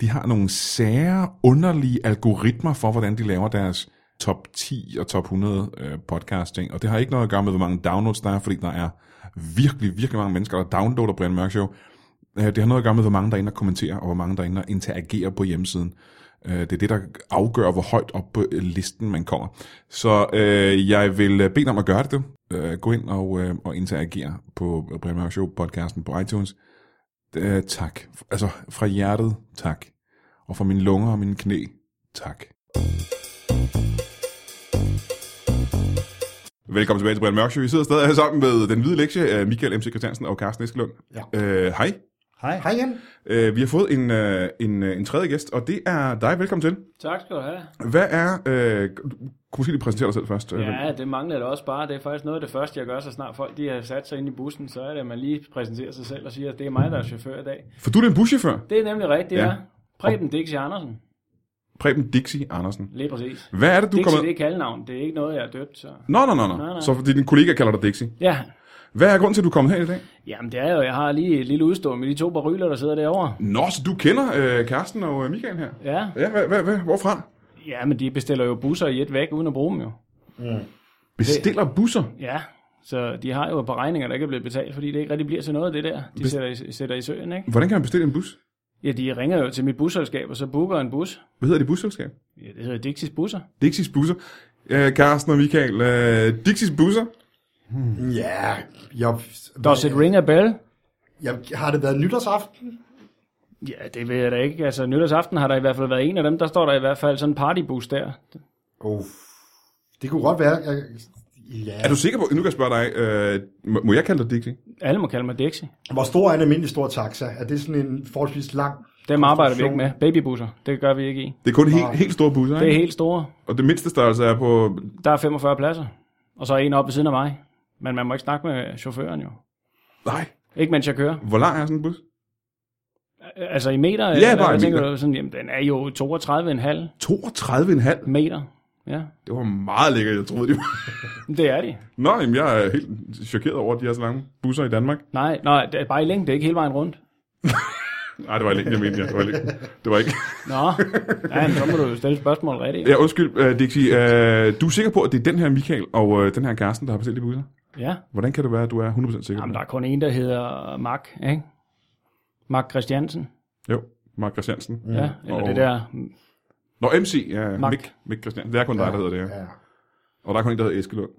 Speaker 1: de har nogle sære, underlige algoritmer for, hvordan de laver deres top 10 og top 100 øh, podcasting. Og det har ikke noget at gøre med, hvor mange downloads der er, fordi der er virkelig, virkelig mange mennesker, der downloader Brian Mørk Show. Øh, Det har noget at gøre med, hvor mange der er inde og kommenterer, og hvor mange der er inde og interagerer på hjemmesiden. Øh, Det er det, der afgør, hvor højt op på øh, listen man kommer. Så øh, jeg vil øh, bede dig om at gøre det. Øh, gå ind og, øh, og interagere på Brian Mørk Show podcasten på iTunes. Øh, tak. Altså, fra hjertet, tak. Og fra mine lunger og mine knæ, tak. Velkommen tilbage til Brian Mørk Show. Vi sidder stadig her sammen med den hvide lektie, øh, Michael M. Christiansen og Carsten Eskelund.
Speaker 2: Ja.
Speaker 1: Øh, hej.
Speaker 3: Hej.
Speaker 2: Hej igen.
Speaker 1: Øh, vi har fået en, øh, en, øh, en tredje gæst, og det er dig. Velkommen til.
Speaker 4: Tak skal du have.
Speaker 1: Hvad er... Øh, du kunne måske lige præsentere dig selv først.
Speaker 4: Ja, det mangler det også bare. Det er faktisk noget af det første, jeg gør, så snart folk de har sat sig ind i bussen, så er det, at man lige præsenterer sig selv og siger, at det er mig, der er chauffør i dag.
Speaker 1: For du er en buschauffør.
Speaker 4: Det er nemlig rigtigt,
Speaker 1: Ja.
Speaker 4: ja. Preben Dixie Andersen,
Speaker 1: Preben Dixie Andersen.
Speaker 4: lige præcis.
Speaker 1: Hvad er det, du
Speaker 4: Dixie,
Speaker 1: kommer...
Speaker 4: det er kaldnavn. Det er ikke noget, jeg er døbt, så...
Speaker 1: Nå, nå, nå, nå.
Speaker 4: Nej, nej.
Speaker 1: Så fordi din kollega kalder dig Dixie.
Speaker 4: Ja,
Speaker 1: Hvad er grunden til, at du er kommet her i dag?
Speaker 4: jamen det er jo, jeg har lige et lille udstående med de to baryler, der sidder derovre.
Speaker 1: Nå, så du kender øh, Karsten og øh, Michael her?
Speaker 4: Ja,
Speaker 1: Ja, hvad, hvad, hvad, hvorfra?
Speaker 4: ja, men de bestiller jo busser i et væk, uden at bruge dem jo.
Speaker 1: Bestiller busser?
Speaker 4: Ja, så de har jo et par regninger, der ikke er blevet betalt, fordi det ikke rigtig bliver til noget, det der. De
Speaker 1: Bes-
Speaker 4: sætter i, sætter i søen, ikke?
Speaker 1: Hvordan kan man bestille en bus?
Speaker 4: Ja, de ringer jo til mit busselskab, og så booker en bus.
Speaker 1: Hvad hedder det busselskab?
Speaker 4: Ja, det hedder Dixies Busser.
Speaker 1: Dixies busser. Øh, Karsten og Michael, øh, Dixies busser.
Speaker 2: Ja, jeg,
Speaker 4: Does it ring a bell?
Speaker 2: jeg, har det været nytårsaften?
Speaker 4: Ja, det ved jeg da ikke. Altså, nytårsaften har der i hvert fald været en af dem. Der står der i hvert fald sådan en partybus der.
Speaker 2: Oh, det kunne godt være. Jeg, ja.
Speaker 1: Er du sikker på, nu kan jeg spørge dig, øh, må- må jeg kalde dig Dixie?
Speaker 4: Alle må kalde mig Dixie.
Speaker 2: Hvor stor er en almindelig stor taxa? Er det sådan en forholdsvis lang?
Speaker 4: Dem arbejder vi ikke med. Babybusser, det gør vi ikke i.
Speaker 1: Det er kun helt, helt store busser,
Speaker 4: Det
Speaker 1: ikke?
Speaker 4: er helt store.
Speaker 1: Og det mindste størrelse er på...
Speaker 4: Der er 45 pladser. Og så er en oppe ved siden af mig. Men man må ikke snakke med chaufføren jo.
Speaker 1: Nej,
Speaker 4: Ikke mens jeg kører.
Speaker 1: hvor lang er sådan en bus?
Speaker 4: Altså i meter?
Speaker 1: Ja, bare i
Speaker 4: tænker
Speaker 1: meter.
Speaker 4: Du, sådan, jamen, den er jo 32,5
Speaker 1: 32,5.
Speaker 4: meter. Ja,
Speaker 1: Det var meget lækkert, jeg troede, de var. [laughs]
Speaker 4: det er de.
Speaker 1: Nå, jamen, jeg er helt chokeret over, at de har så lange busser i Danmark.
Speaker 4: Nej, nej, det er bare i længde, det er ikke hele vejen rundt.
Speaker 1: Nej, det var ikke, jeg mente, jeg. Det var ikke. Det var ikke. [laughs]
Speaker 4: Nå, ja, men så må du jo stille spørgsmål rigtigt. jo.
Speaker 1: Ja, undskyld, uh, Dixie. Uh, du er sikker på, at det er den her Michael og uh, den her Karsten, der har bestilt de busser?
Speaker 4: Ja.
Speaker 1: Hvordan kan det være, at du er 100% sikker? på
Speaker 4: Jamen,
Speaker 1: det?
Speaker 4: der er kun en, der hedder Mark, ikke? Mark Christiansen.
Speaker 1: Jo, Mark Christiansen.
Speaker 4: Mm. Ja, eller
Speaker 1: Og-
Speaker 4: det der.
Speaker 1: Nå, MC, ja,
Speaker 4: Mark.
Speaker 1: Mik, Mik Christiansen. Det er kun dig, der hedder det, ja.
Speaker 2: Ja.
Speaker 1: Og der er kun en, der hedder Eskelund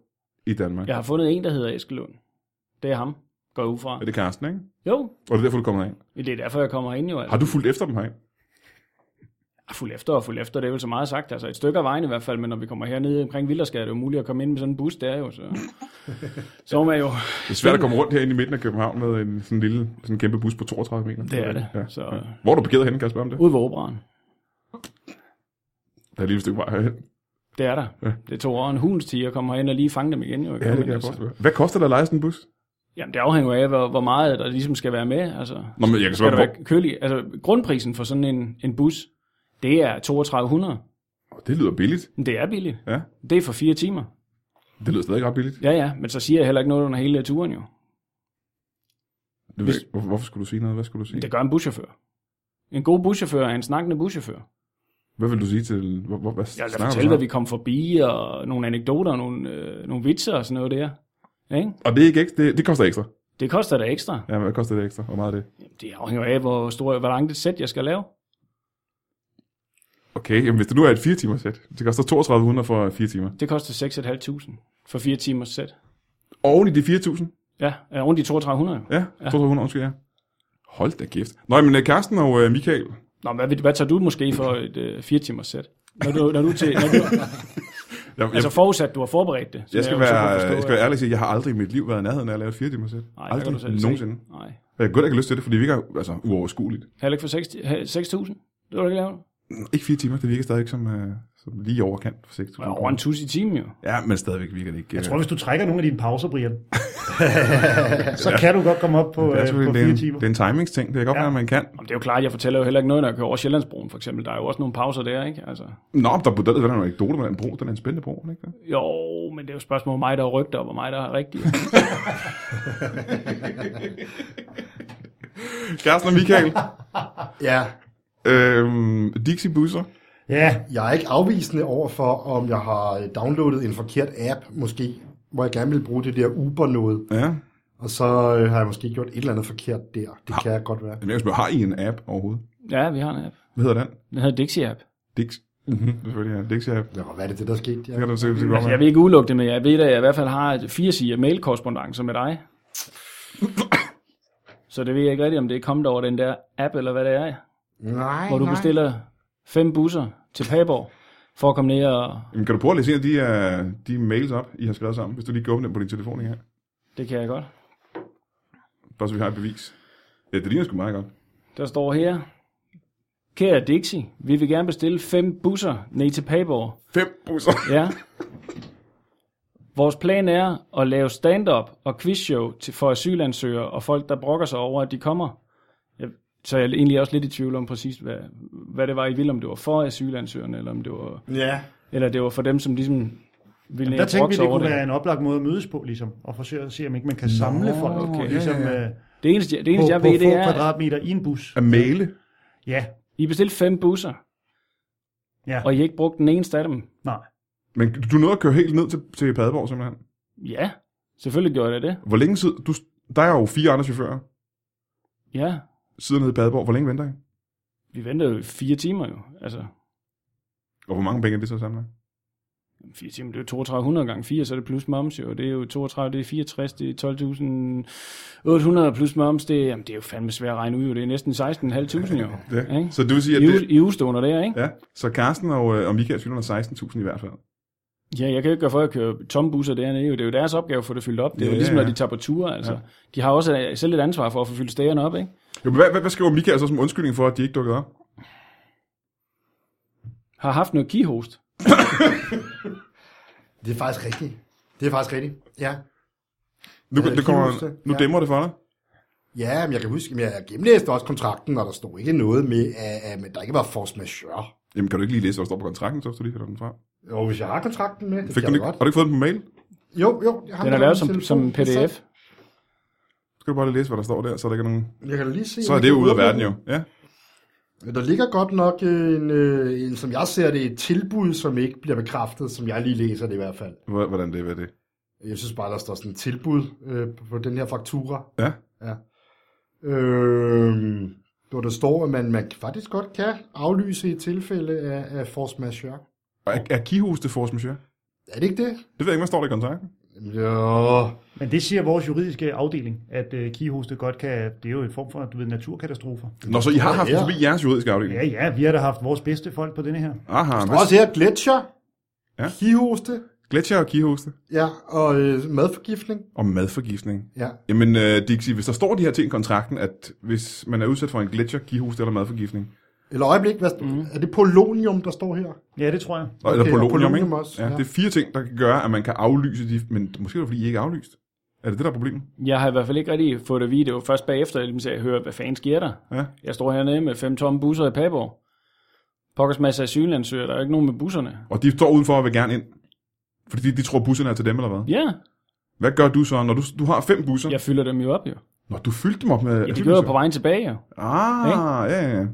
Speaker 1: i Danmark.
Speaker 4: Jeg har fundet en, der hedder Eskelund. Det er ham. Går jeg ud fra.
Speaker 1: Er det Karsten, ikke?
Speaker 4: Jo,
Speaker 1: Og det er derfor, du kommer ind.
Speaker 4: det er derfor, jeg kommer ind jo. Altså.
Speaker 1: Har du fulgt efter dem herind?
Speaker 4: Ah, Fuld efter og fuld efter, det er vel så meget sagt. Altså et stykke af vejen i hvert fald, men når vi kommer hernede omkring Vilderskade, er det jo muligt at komme ind med sådan en bus der jo. Så,
Speaker 1: [laughs]
Speaker 4: så er man jo,
Speaker 1: Det er svært at komme rundt herinde i midten af København med en sådan lille, sådan en kæmpe bus på 32 meter.
Speaker 4: det er det.
Speaker 1: Ja.
Speaker 4: Så
Speaker 1: Hvor er du parkeret henne, kan jeg spørge om det?
Speaker 4: ude ved operan.
Speaker 1: Der er lige et stykke vej herhen.
Speaker 4: Det er der. Det tog over en hulens tid at komme herind og lige fange dem igen jo. ikke?
Speaker 1: Ja, det
Speaker 4: Men
Speaker 1: kan jeg
Speaker 4: altså,
Speaker 1: godt Hvad koster det at lege sådan en bus?
Speaker 4: Jamen det afhænger jo af, hvor, hvor meget der ligesom skal være med. Altså,
Speaker 1: Nå, men jeg kan
Speaker 4: Skal
Speaker 1: spørge,
Speaker 4: der
Speaker 1: hvor...
Speaker 4: være kølig? Altså, grundprisen for sådan en, en bus, det er 3200.
Speaker 1: Åh, Det lyder billigt.
Speaker 4: Men det er billigt.
Speaker 1: Ja,
Speaker 4: Det er for fire timer.
Speaker 1: det lyder stadig ret billigt.
Speaker 4: Ja, ja, men så siger jeg heller ikke noget under hele turen jo.
Speaker 1: Det ved jeg ikke. Hvorfor, hvorfor skulle du sige noget? Hvad skulle du sige?
Speaker 4: Det gør en buschauffør. En god buschauffør er en snakkende buschauffør.
Speaker 1: Hvad vil du sige til... Hvor, hvor, hvad
Speaker 4: Jeg
Speaker 1: snakker
Speaker 4: vil
Speaker 1: du
Speaker 4: fortælle,
Speaker 1: så?
Speaker 4: hvad vi kom forbi, og nogle anekdoter, og nogle, øh, nogle vitser og sådan noget der. Ikke?
Speaker 1: Og det er ikke ekstra? Det, det koster ekstra.
Speaker 4: Det koster da ekstra.
Speaker 1: Ja, men hvad koster det ekstra? Hvor meget er det?
Speaker 4: Det afhænger af, hvor, stor, hvor langt et sæt jeg skal lave.
Speaker 1: Okay, jamen hvis det nu er et 4 timers sæt, det koster 3200 for 4 timer.
Speaker 4: Det koster 6.500 for fire timers sæt.
Speaker 1: Oven i de 4000?
Speaker 4: Ja, øh, rundt i 3200.
Speaker 1: Ja, 3200, undskyld, ja. Hold da kæft. Nå, men øh, Karsten og øh, Michael,
Speaker 4: Nå, hvad, vil- hvad tager du måske for et øh, fire timers sæt? Når du, når du til, når du,
Speaker 1: jeg,
Speaker 4: Altså
Speaker 1: jeg,
Speaker 4: forudsat, du har forberedt det.
Speaker 1: jeg, skal, være, jeg skal være ærlig og sige, jeg har aldrig i mit liv været i nærheden af at lave et 4 timers sæt.
Speaker 4: Nej,
Speaker 1: aldrig, nogensinde.
Speaker 4: Se. Nej.
Speaker 1: Og Jeg kunne godt ikke have lyst til det, for det virker altså, uoverskueligt.
Speaker 4: Heller ikke for 6, 6.000? Det var du ikke lavet.
Speaker 1: Ikke 4 timer, det virker stadig ikke som, øh, Så lige i overkant for 6.000
Speaker 4: Ja, Over en
Speaker 1: kroner.
Speaker 4: tus i timen jo.
Speaker 1: Ja, men stadigvæk virker det ikke.
Speaker 3: Jeg tror, hvis du trækker nogle af dine pauser,
Speaker 1: [laughs]
Speaker 3: Brian, så kan du godt komme op på,
Speaker 1: det, er
Speaker 3: øh, på
Speaker 1: selvfølgelig- det, er
Speaker 3: fire
Speaker 1: en,
Speaker 3: timer.
Speaker 1: det er en timingsting. Det kan godt
Speaker 3: Ja.
Speaker 1: være, man kan.
Speaker 4: Jamen, det er jo klart, jeg fortæller jo heller ikke noget, når jeg kører over Sjællandsbroen for eksempel. Der er jo også nogle pauser der, ikke? Altså,
Speaker 1: Nå, men der, der, der, der er en anekdote med den bro. Den er en spændende bro, er det ikke det?
Speaker 4: jo, men det er jo et spørgsmål om mig, der er rygter, og hvor mig, der er
Speaker 1: [laughs]
Speaker 4: rigtigt.
Speaker 1: Karsten og Michael.
Speaker 2: Ja,
Speaker 1: [laughs] øhm, Dixie busser.
Speaker 3: Ja,
Speaker 2: jeg er ikke afvisende over for, om jeg har øh, downloadet en forkert app, måske, hvor jeg gerne vil bruge det der Uber-noget,
Speaker 1: Ja.
Speaker 2: og så øh, har jeg måske gjort et eller andet forkert der. Det
Speaker 1: Ah.
Speaker 2: kan jeg godt være.
Speaker 1: Jamen, Jeg kan spørge, har I en app overhovedet?
Speaker 4: ja, vi har en app.
Speaker 1: Hvad hedder den?
Speaker 4: Den hedder Dixie App.
Speaker 1: Dix. Mm-hmm. Selvfølgelig, ja. Dixie app.
Speaker 2: Ja, og hvad er det, det der er sket?
Speaker 1: Det
Speaker 2: Ja.
Speaker 1: kan du sikkert sikkert godt
Speaker 4: Altså, jeg
Speaker 1: være.
Speaker 4: vil ikke udelukke det, men jeg ved, at jeg i hvert fald har et firesiger mailkorrespondance med
Speaker 1: [coughs]
Speaker 4: dig. Så det ved jeg ikke rigtigt, om det er kommet over den der app, eller hvad det er,
Speaker 2: Nej,
Speaker 4: hvor du
Speaker 2: nej.
Speaker 4: bestiller fem busser til Padborg for at komme ned og...
Speaker 1: Jamen, kan du prøve at læse en af de, uh, de mails op, I har skrevet sammen, hvis du lige kan åbne dem på din telefon her?
Speaker 4: Det kan jeg godt.
Speaker 1: Bare så vi har et bevis. Ja, det ligner sgu meget godt.
Speaker 4: Der står her, Kære Dixie, vi vil gerne bestille fem busser ned til Padborg.
Speaker 1: Fem busser.
Speaker 4: Ja. Vores plan er at lave stand-up og quizshow til, for asylansøgere og folk, der brokker sig over, at de kommer. Jeg, så jeg er egentlig også lidt i tvivl om præcis, hvad, hvad det var, I ville, om det var for asylansøgerne, eller om det var,
Speaker 2: Ja,
Speaker 4: eller det var for dem, som ligesom ville ned
Speaker 3: der
Speaker 4: og
Speaker 3: tænkte
Speaker 4: brokke
Speaker 3: vi,
Speaker 4: sig
Speaker 3: det
Speaker 4: over
Speaker 3: kunne
Speaker 4: det.
Speaker 3: være en oplagt måde at mødes på, ligesom, og forsøge at se, om ikke man kan samle Nå, folk, okay, ligesom, ja, ja.
Speaker 4: Det eneste, det
Speaker 3: på,
Speaker 4: eneste jeg
Speaker 3: på
Speaker 4: ved,
Speaker 3: få
Speaker 4: det er, at
Speaker 3: kvadratmeter i en bus.
Speaker 1: At male.
Speaker 3: Ja,
Speaker 4: I bestilte fem busser,
Speaker 3: ja,
Speaker 4: og I ikke brugte den eneste af dem.
Speaker 3: nej.
Speaker 1: Men du nåede at køre helt ned til, til Padborg, simpelthen.
Speaker 4: Ja, selvfølgelig gjorde jeg det.
Speaker 1: Hvor længe tid? Du, der er jo fire andre chauffører
Speaker 4: Ja,
Speaker 1: sidder nede i Padborg. Hvor længe venter I?
Speaker 4: vi ventede jo i fire timer jo. Altså,
Speaker 1: Og hvor mange penge er det så sammen?
Speaker 4: 4 timer, det er jo 3200 gange 4, så er det plus moms jo, og det er jo 32, det er 64, det er 12.800 plus moms, det, er- jamen, det er jo fandme svært at regne ud, jo. det er næsten 16.500 jo.
Speaker 1: Ja.
Speaker 4: Ikke?
Speaker 1: Så det vil sige, at
Speaker 4: I,
Speaker 1: det,
Speaker 4: u- I ugestående der, ikke?
Speaker 1: Ja, så Carsten og, øh, og Michael skylder noget 16.000 i hvert fald.
Speaker 4: Ja, jeg kan jo ikke gøre for at køre tomme busser dernede, jo. det er jo deres opgave at få det fyldt op, det er jo
Speaker 1: Ja,
Speaker 4: ligesom
Speaker 1: ja.
Speaker 4: når de tager på ture, altså. Ja. De har også øh, selv et ansvar for at få fyldt stagerne op, ikke?
Speaker 1: Jo, men hvad, hvad, hvad skriver Michael så som undskyldning for, at de ikke dukkede op?
Speaker 4: Har haft noget kihost.
Speaker 2: det er faktisk rigtigt. Det er faktisk rigtigt, ja.
Speaker 1: Nu,
Speaker 2: Ja,
Speaker 1: det kommer,
Speaker 2: Kios,
Speaker 1: nu
Speaker 2: ja.
Speaker 1: dæmmer det for dig.
Speaker 2: Ja, men jeg kan huske, men jeg gennemlæste også kontrakten, og der stod ikke noget med, at, at der ikke var force majeure.
Speaker 1: Jamen, kan du ikke lige læse, hvad der står på kontrakten, så hvis du lige hælder den fra?
Speaker 2: Jo, hvis jeg har kontrakten med, det
Speaker 1: Fik
Speaker 2: kan
Speaker 1: du den
Speaker 2: jeg
Speaker 1: ikke,
Speaker 2: godt.
Speaker 1: har du ikke fået den på mail?
Speaker 2: Jo, jo. Jeg har
Speaker 4: Den er
Speaker 2: på
Speaker 4: lavet
Speaker 2: min
Speaker 4: som,
Speaker 2: telefon.
Speaker 4: som pdf.
Speaker 1: Så Skal du bare lige læse, hvad der står der, så er der ikke nogen...
Speaker 2: Jeg kan da lige se.
Speaker 1: Så
Speaker 2: om
Speaker 1: er
Speaker 2: jeg
Speaker 1: det jo
Speaker 2: kan
Speaker 1: ude af
Speaker 2: åbne
Speaker 1: verden
Speaker 2: den.
Speaker 1: jo. Ja.
Speaker 2: Der ligger godt nok en, øh, en, som jeg ser det, et tilbud, som ikke bliver bekræftet, som jeg lige læser det i hvert fald.
Speaker 1: Hvor- Hvordan det er, hvad det er.
Speaker 2: Jeg synes bare, der står sådan et tilbud øh, på- på den her faktura.
Speaker 1: Ja.
Speaker 2: Ja. Øh, hvor der står, at man, man faktisk godt kan aflyse i tilfælde af, af force majeure.
Speaker 1: Og er, er Kihus det force majeure?
Speaker 2: Er det ikke det?
Speaker 1: Det ved jeg ikke, hvad står der i kontrakten.
Speaker 2: Jo,
Speaker 3: Men det siger vores juridiske afdeling, at øh, kihoste godt kan, det er jo en form for, du ved, naturkatastrofer.
Speaker 1: Nå, så I har haft
Speaker 2: Ja.
Speaker 1: det forbi jeres juridiske afdeling.
Speaker 3: Ja, ja, vi har da haft vores bedste folk på denne her.
Speaker 1: Aha,
Speaker 2: Der er
Speaker 1: hvad?
Speaker 2: også her gletscher,
Speaker 1: Ja.
Speaker 2: ja. kihoste,
Speaker 1: Gletscher og kihoste.
Speaker 2: ja, og øh, madforgiftning.
Speaker 1: Og madforgiftning.
Speaker 2: Ja.
Speaker 1: Jamen, øh, Dixie, hvis der står de her ting i kontrakten, at hvis man er udsat for en gletscher, kihoste eller madforgiftning,
Speaker 2: Eller øjeblik, hvad, mm. er det polonium, der står her?
Speaker 3: Ja, det tror jeg.
Speaker 1: Okay,
Speaker 2: Okay,
Speaker 1: eller
Speaker 2: og
Speaker 1: polonium,
Speaker 2: polonium
Speaker 1: ikke?
Speaker 2: også,
Speaker 1: ja.
Speaker 2: ja.
Speaker 1: Det er fire ting, der kan gøre, at man kan aflyse de... Men måske er det, fordi I ikke er aflyst. Er det det, der er problemet?
Speaker 4: Jeg har i hvert fald ikke rigtig fået det at vide. Det var først bagefter, at jeg hører, hvad fanden sker der?
Speaker 1: Ja.
Speaker 4: Jeg står hernede med fem tomme busser i Padborg. Pokkers masse asylansøgere, der er jo ikke nogen med busserne.
Speaker 1: Og de står udenfor og vil gerne ind. Fordi de, de tror, busserne er til dem, eller hvad?
Speaker 4: Ja,
Speaker 1: Hvad gør du så, når du, du har fem busser?
Speaker 4: jeg fylder dem jo op jo.
Speaker 1: Når du fyldte dem op med...
Speaker 4: Ja, de
Speaker 1: fyldt
Speaker 4: kører
Speaker 1: busser?
Speaker 4: på vejen tilbage jo.
Speaker 1: Ah, ja, ja.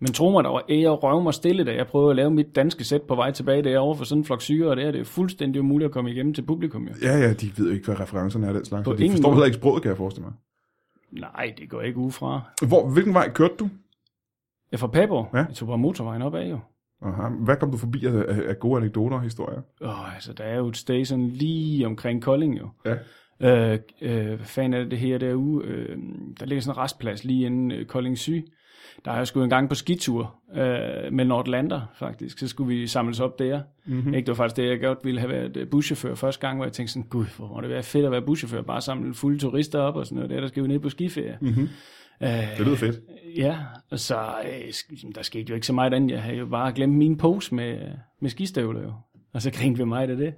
Speaker 4: Men tro mig, der var ære og røv mig stille, da jeg prøvede at lave mit danske sæt på vej tilbage derovre for sådan en flok syre, og det er det er fuldstændig umuligt at komme igennem til publikum jo.
Speaker 1: Ja, ja, de ved jo ikke, hvad referencerne er af den slags.
Speaker 4: På
Speaker 1: og de
Speaker 4: ingen
Speaker 1: forstår
Speaker 4: måde.
Speaker 1: heller ikke sproget, kan jeg forestille mig.
Speaker 4: Nej, det går jeg ikke ufra.
Speaker 1: Hvor, hvilken vej kørte du?
Speaker 4: Jeg fra Padborg.
Speaker 1: Ja.
Speaker 4: Ja. Jeg tog bare motorvejen opad jo.
Speaker 1: Aha. Hvad kom du forbi af, af- af gode anekdoter og historier?
Speaker 4: Åh, altså, der er jo et sted sådan lige omkring Kolding jo.
Speaker 1: Ja.
Speaker 4: Øh, øh, hvad fanden er det, det her derude? Øh, der ligger sådan en restplads lige inden øh, Kolding Sy. Der har jeg sgu en gang på skitur øh, med Nordlander, faktisk. Så skulle vi samles op der. Mm-hmm. Ikke, det var faktisk det, jeg godt ville have været øh, buschauffør første gang, hvor jeg tænkte sådan, gud, hvor må det være fedt at være buschauffør, bare samle fulde turister op og sådan noget der, der skal jo ned på skiferie. Mm-hmm. Øh,
Speaker 1: Det lyder fedt.
Speaker 4: Ja, og så øh, sk- der skete jo ikke så meget andet. Jeg havde jo bare glemt min pose med, øh, med skistøvler jo. Og så grinte vi meget af det.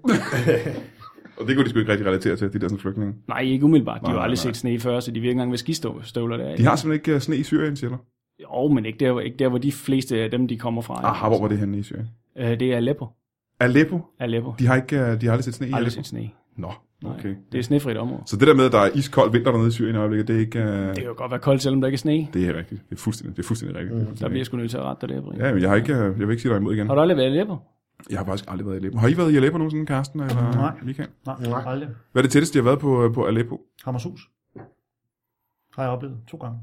Speaker 1: Og det kunne de sgu ikke rigtig relatere til, de der sådan flygtninge.
Speaker 4: Nej, ikke umiddelbart. De har jo
Speaker 1: Nej,
Speaker 4: aldrig
Speaker 1: nej.
Speaker 4: set sne før, så de ved ikke engang, hvad skistøvler det er.
Speaker 1: De har simpelthen ikke øh, sne i Syrien, siger du?
Speaker 4: Jo, men ikke der, hvor- ikke der, hvor de fleste af dem, de kommer fra. er.
Speaker 1: Aha, hvor var det henne i Syrien?
Speaker 4: Øh, det er Aleppo.
Speaker 1: Aleppo?
Speaker 4: Aleppo.
Speaker 1: De har, ikke, øh, de har aldrig set sne i
Speaker 4: aldrig
Speaker 1: Aleppo?
Speaker 4: set sne.
Speaker 1: Nå,
Speaker 4: Nej,
Speaker 1: okay.
Speaker 4: Det er et snefrit område.
Speaker 1: Så det der med, at der er iskold vinter dernede i Syrien i øjeblikket, det er ikke... øh,
Speaker 4: Det kan jo godt være koldt, selvom der ikke er sne.
Speaker 1: Det er rigtigt. Det er fuldstændig, det er fuldstændig rigtigt. Mm.
Speaker 4: Der bliver jeg sgu nødt til at rette dig der, Brian.
Speaker 1: Ja, men jeg har ikke, øh, jeg vil ikke sige dig imod igen.
Speaker 4: Har du aldrig været i Aleppo?
Speaker 1: Jeg har faktisk aldrig været i Aleppo. Har I været i Aleppo nogensinde, Karsten eller
Speaker 3: Nej.
Speaker 1: Michael?
Speaker 3: Nej,
Speaker 2: Nej.
Speaker 3: aldrig.
Speaker 1: Hvad er det tætteste, jeg har været på, øh, på Aleppo?
Speaker 3: Hammershus. Har jeg oplevet to gange.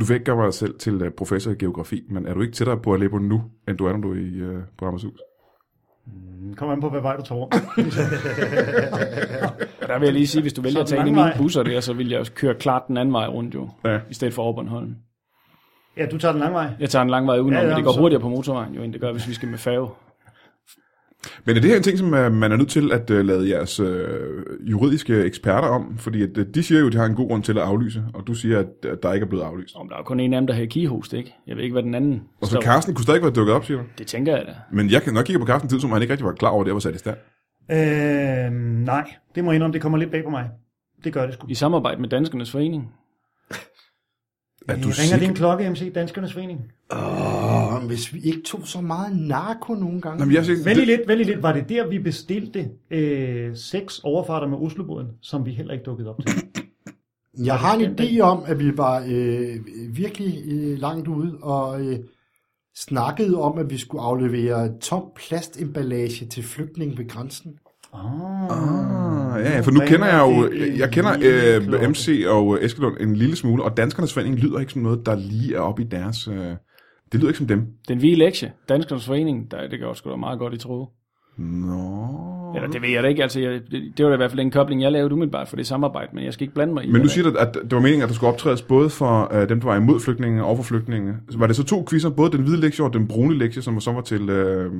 Speaker 1: Du vækker mig selv til øh, professor i geografi, men er du ikke tættere på Aleppo nu, end du er, når du er i, øh, på Rammershus?
Speaker 3: Mm, Kommer an på, hvad vej du tager rundt.
Speaker 4: Og der vil jeg lige sige, hvis du vælger
Speaker 3: Så
Speaker 4: at tage en af
Speaker 3: den
Speaker 4: mine
Speaker 3: anden vej.
Speaker 4: busser der, så vil jeg også køre klart den anden vej rundt jo.
Speaker 1: Ja.
Speaker 4: I stedet for over Bornholm.
Speaker 3: ja, du tager den lange vej.
Speaker 4: Jeg tager en lang vej udenom,
Speaker 3: Ja,
Speaker 4: ja,
Speaker 3: ja,
Speaker 4: ja, det går
Speaker 3: så-
Speaker 4: hurtigere på motorvejen jo, end det gør, hvis vi skal med færge.
Speaker 1: Men er det her en ting, som øh, man er nødt til at øh, lade jeres øh, juridiske eksperter om? Fordi at, øh, de siger jo, at de har en god grund til at aflyse, og du siger, at, at der ikke er blevet aflyst.
Speaker 4: Om der er kun en af dem, der har kihost, ikke? Jeg ved ikke, hvad den anden
Speaker 1: Og så
Speaker 4: står-
Speaker 1: Karsten kunne stadig være dukket op, siger du?
Speaker 4: Det tænker jeg da.
Speaker 1: Men jeg kan nok kigge på Karsten tid, som han ikke rigtig var klar over, at det var sat i stand.
Speaker 3: Øh, nej, det må jeg indrømme, det kommer lidt bag på mig. Det gør det sgu.
Speaker 4: I samarbejde med Danskernes Forening.
Speaker 1: Er
Speaker 3: Øh,
Speaker 1: du
Speaker 3: ringer
Speaker 1: sikker?
Speaker 3: din klokke, MC Danskernes Forening?
Speaker 2: Åh, hvis vi ikke tog så meget narko nogle gange.
Speaker 1: Nå, men jeg siger,
Speaker 3: Vent lige lidt, vent lige lidt. Var det der, vi bestilte øh, seks overfarter med Oslobåden, som vi heller ikke dukkede op til?
Speaker 2: Jeg har en
Speaker 3: den dag?
Speaker 2: idé om, at vi var øh, virkelig øh, langt ude og øh, snakkede om, at vi skulle aflevere tom plastemballage til flygtninge ved grænsen.
Speaker 1: Ah, ja, ja, for nu kender jeg jo, jeg, jeg kender øh, MC og øh, Eskelund en lille smule, og danskernes forening lyder ikke som noget, der lige er oppe i deres... Øh, det lyder ikke som dem.
Speaker 4: Den vige lektie. Danskernes Forening, der, det gør også sgu da meget godt i troet.
Speaker 1: Nå...
Speaker 4: Eller det ved jeg da ikke, altså jeg, det, det var da i hvert fald en kobling, jeg lavede umiddelbart for det samarbejde, men jeg skal ikke blande mig i
Speaker 1: Men
Speaker 4: hvad
Speaker 1: du
Speaker 4: der-
Speaker 1: siger, at at det var meningen, at der skulle optrædes både for øh, dem, der var imod flygtninge og for flygtninge. Så var det så to quizzer, både den hvide lektie og den brune lektie, som så var til, øh,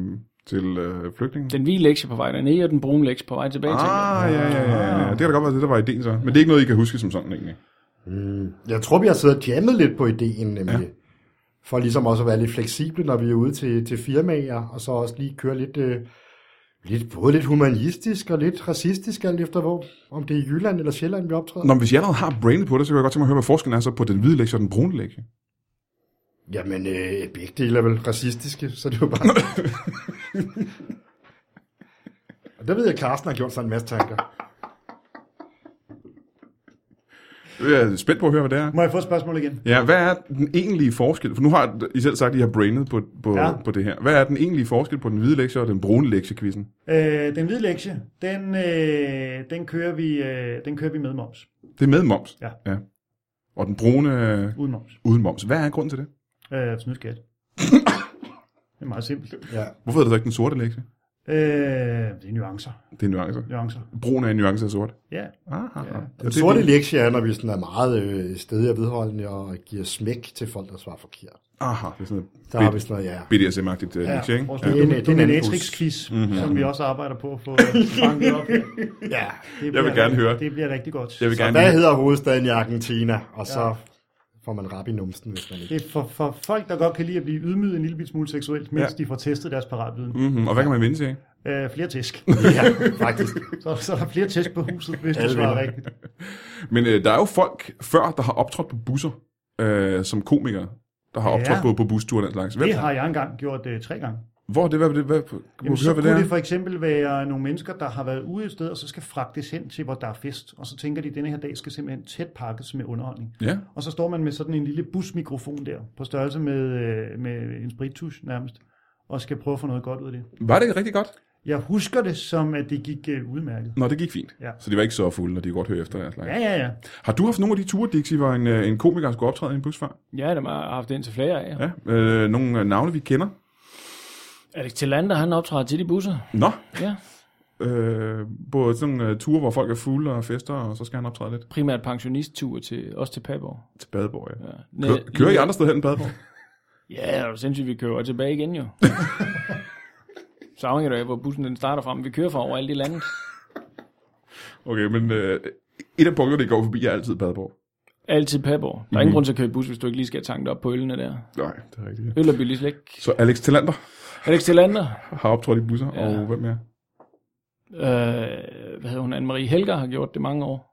Speaker 1: til øh, flygtninge?
Speaker 4: Den hvide lektie på vej dernede, og den brune lektie på vej tilbage til.
Speaker 1: Ah, ja, ja, ja, ja. Det kan da godt være det, der var ideen så. Men det er ikke noget, I kan huske som sådan egentlig.
Speaker 2: Jeg tror, vi har siddet og jammet lidt på ideen, nemlig. Ja. For ligesom også at være lidt fleksible, når vi er ude til, til firmaer, og så også lige køre lidt, øh, lidt, både lidt humanistisk og lidt racistisk, alt efter hvor, om det er Jylland eller Sjælland, vi optræder.
Speaker 1: Nå, men hvis jeg allerede har brainet på det, så kan jeg godt tænke mig at høre, hvad forskellen er så på den hvide lektie og den brune lektie.
Speaker 2: Jamen, øh, begge dele er vel racistiske, så det er jo [laughs] bare... og der ved jeg, at Carsten har gjort sig en masse tanker.
Speaker 1: Jeg er spændt på at høre, hvad det er.
Speaker 3: Må jeg få et spørgsmål igen?
Speaker 1: Ja, hvad er den egentlige forskel? For nu har I selv sagt, at I har brainet på, på, ja.
Speaker 3: Ja.
Speaker 1: på det her. Hvad er den egentlige forskel på den hvide lektie og den brune lektie-quizzen?
Speaker 3: Øh, den hvide lektie, den, øh, den, kører vi, øh, den kører vi med moms.
Speaker 1: Det er med moms.
Speaker 3: Ja.
Speaker 1: ja. Og den brune øh,
Speaker 3: Uden moms.
Speaker 1: uden moms. Hvad er grunden til det?
Speaker 3: Øh, snyd skat. det er meget simpelt.
Speaker 2: Ja.
Speaker 1: Hvorfor hedder det så ikke den sorte lektie?
Speaker 3: Øh, det er nuancer.
Speaker 1: Det er nuancer.
Speaker 3: Nuancer.
Speaker 1: Brun er en nuance af sort.
Speaker 3: Ja.
Speaker 1: Aha. Ja.
Speaker 2: Den sorte lektie er, når vi sådan er meget øh, stedig og vedholdende og giver smæk til folk, der svarer forkert.
Speaker 1: Aha, det er sådan
Speaker 2: Der har vi
Speaker 1: noget
Speaker 2: sådan noget, ja.
Speaker 1: BDSM-agtigt uh, lektie, ikke?
Speaker 3: Vores
Speaker 2: Ja. Det er en- det er
Speaker 3: ja.
Speaker 2: en
Speaker 3: dominatrix-quiz, mm-hmm. som vi også arbejder på at få fanget op.
Speaker 2: ja.
Speaker 3: Det
Speaker 1: vil
Speaker 3: bliver
Speaker 1: gerne
Speaker 3: rigtig-
Speaker 1: høre.
Speaker 3: Det bliver rigtig godt.
Speaker 1: Jeg vil gerne...
Speaker 2: Hvad hedder hovedstaden i Argentina? Og så får man rap i numsen, hvis man ikke...
Speaker 3: Det er for, for folk, der godt kan lide at blive ydmyget en lille bit smule seksuelt, mens
Speaker 1: Ja.
Speaker 3: ja. de får testet deres paratviden.
Speaker 1: Mm-hmm. Og hvad kan man vinde til?
Speaker 3: Øh, flere tæsk.
Speaker 2: Ja, faktisk.
Speaker 3: [laughs] Så, så er der flere tæsk på huset, hvis du
Speaker 2: Alle
Speaker 3: svarer
Speaker 2: vinder.
Speaker 3: rigtigt.
Speaker 1: Men øh, der er jo folk før, der har optrådt på busser øh, som komikere, der har
Speaker 3: Ja.
Speaker 1: optrådt på, på busture og den slags. Hvem?
Speaker 3: Det har jeg engang gjort øh, tre gange.
Speaker 1: Hvor er det? Hvad, hvad, hvad, hvad,
Speaker 3: Jamen, så
Speaker 1: hvad,
Speaker 3: kunne
Speaker 1: hvad det
Speaker 3: det,
Speaker 1: er?
Speaker 3: for eksempel være nogle mennesker, der har været ude et sted, og så skal fragtes hen til, hvor der er fest. Og så tænker de, at denne her dag skal simpelthen tæt pakkes med underholdning.
Speaker 1: Ja.
Speaker 3: Og så står man med sådan en lille busmikrofon der, på størrelse med, øh, med en sprittusch nærmest, og skal prøve at få noget godt ud af det.
Speaker 1: Var det ikke rigtig godt?
Speaker 3: Jeg husker det som, at det gik øh, udmærket.
Speaker 1: Nå, det gik fint.
Speaker 3: Ja.
Speaker 1: Så de var ikke så fulde, og de kunne godt høre efter. og den slags.
Speaker 3: Ja, ja, ja.
Speaker 1: Har du haft nogle af de ture, Dixie, hvor en, øh, en komiker der skulle optræde i en bus før?
Speaker 4: Ja, dem har jeg haft ind til flere af. Ja.
Speaker 1: Ja. Øh, nogle øh, navne, vi kender?
Speaker 4: Alex Tillander, han optræder til de busser.
Speaker 1: Nå.
Speaker 4: Ja.
Speaker 1: Øh, på sådan nogle øh, ture, hvor folk er fulde og fester, og så skal han optræde lidt
Speaker 4: Primært pensionisttur til, også til Padborg.
Speaker 1: til Badeborg. Ja.
Speaker 4: Øh, Ja.
Speaker 1: Kører,
Speaker 4: Ned-
Speaker 1: kører I andre steder hen end Badeborg?
Speaker 4: Ja, det er jo sindssygt, vi kører tilbage igen [laughs] jo. Så afhænger det af, hvor bussen den starter frem. Vi kører fra overalt i landet.
Speaker 1: Okay, men øh, et af punkterne, det går forbi, er altid Badeborg.
Speaker 4: Altid Padborg. Der er mm-hmm. ingen grund til at køre i bus, hvis du ikke lige skal tanke dig op på ølene der.
Speaker 1: Nej, det er rigtigt.
Speaker 4: Øl er billig slik.
Speaker 1: Så Alex Tillander
Speaker 4: Alex Tillander,
Speaker 1: har optrådt i busser, ja. og hvem er?
Speaker 4: øh, hvad hedder hun, Anne-Marie Helger har gjort det mange år.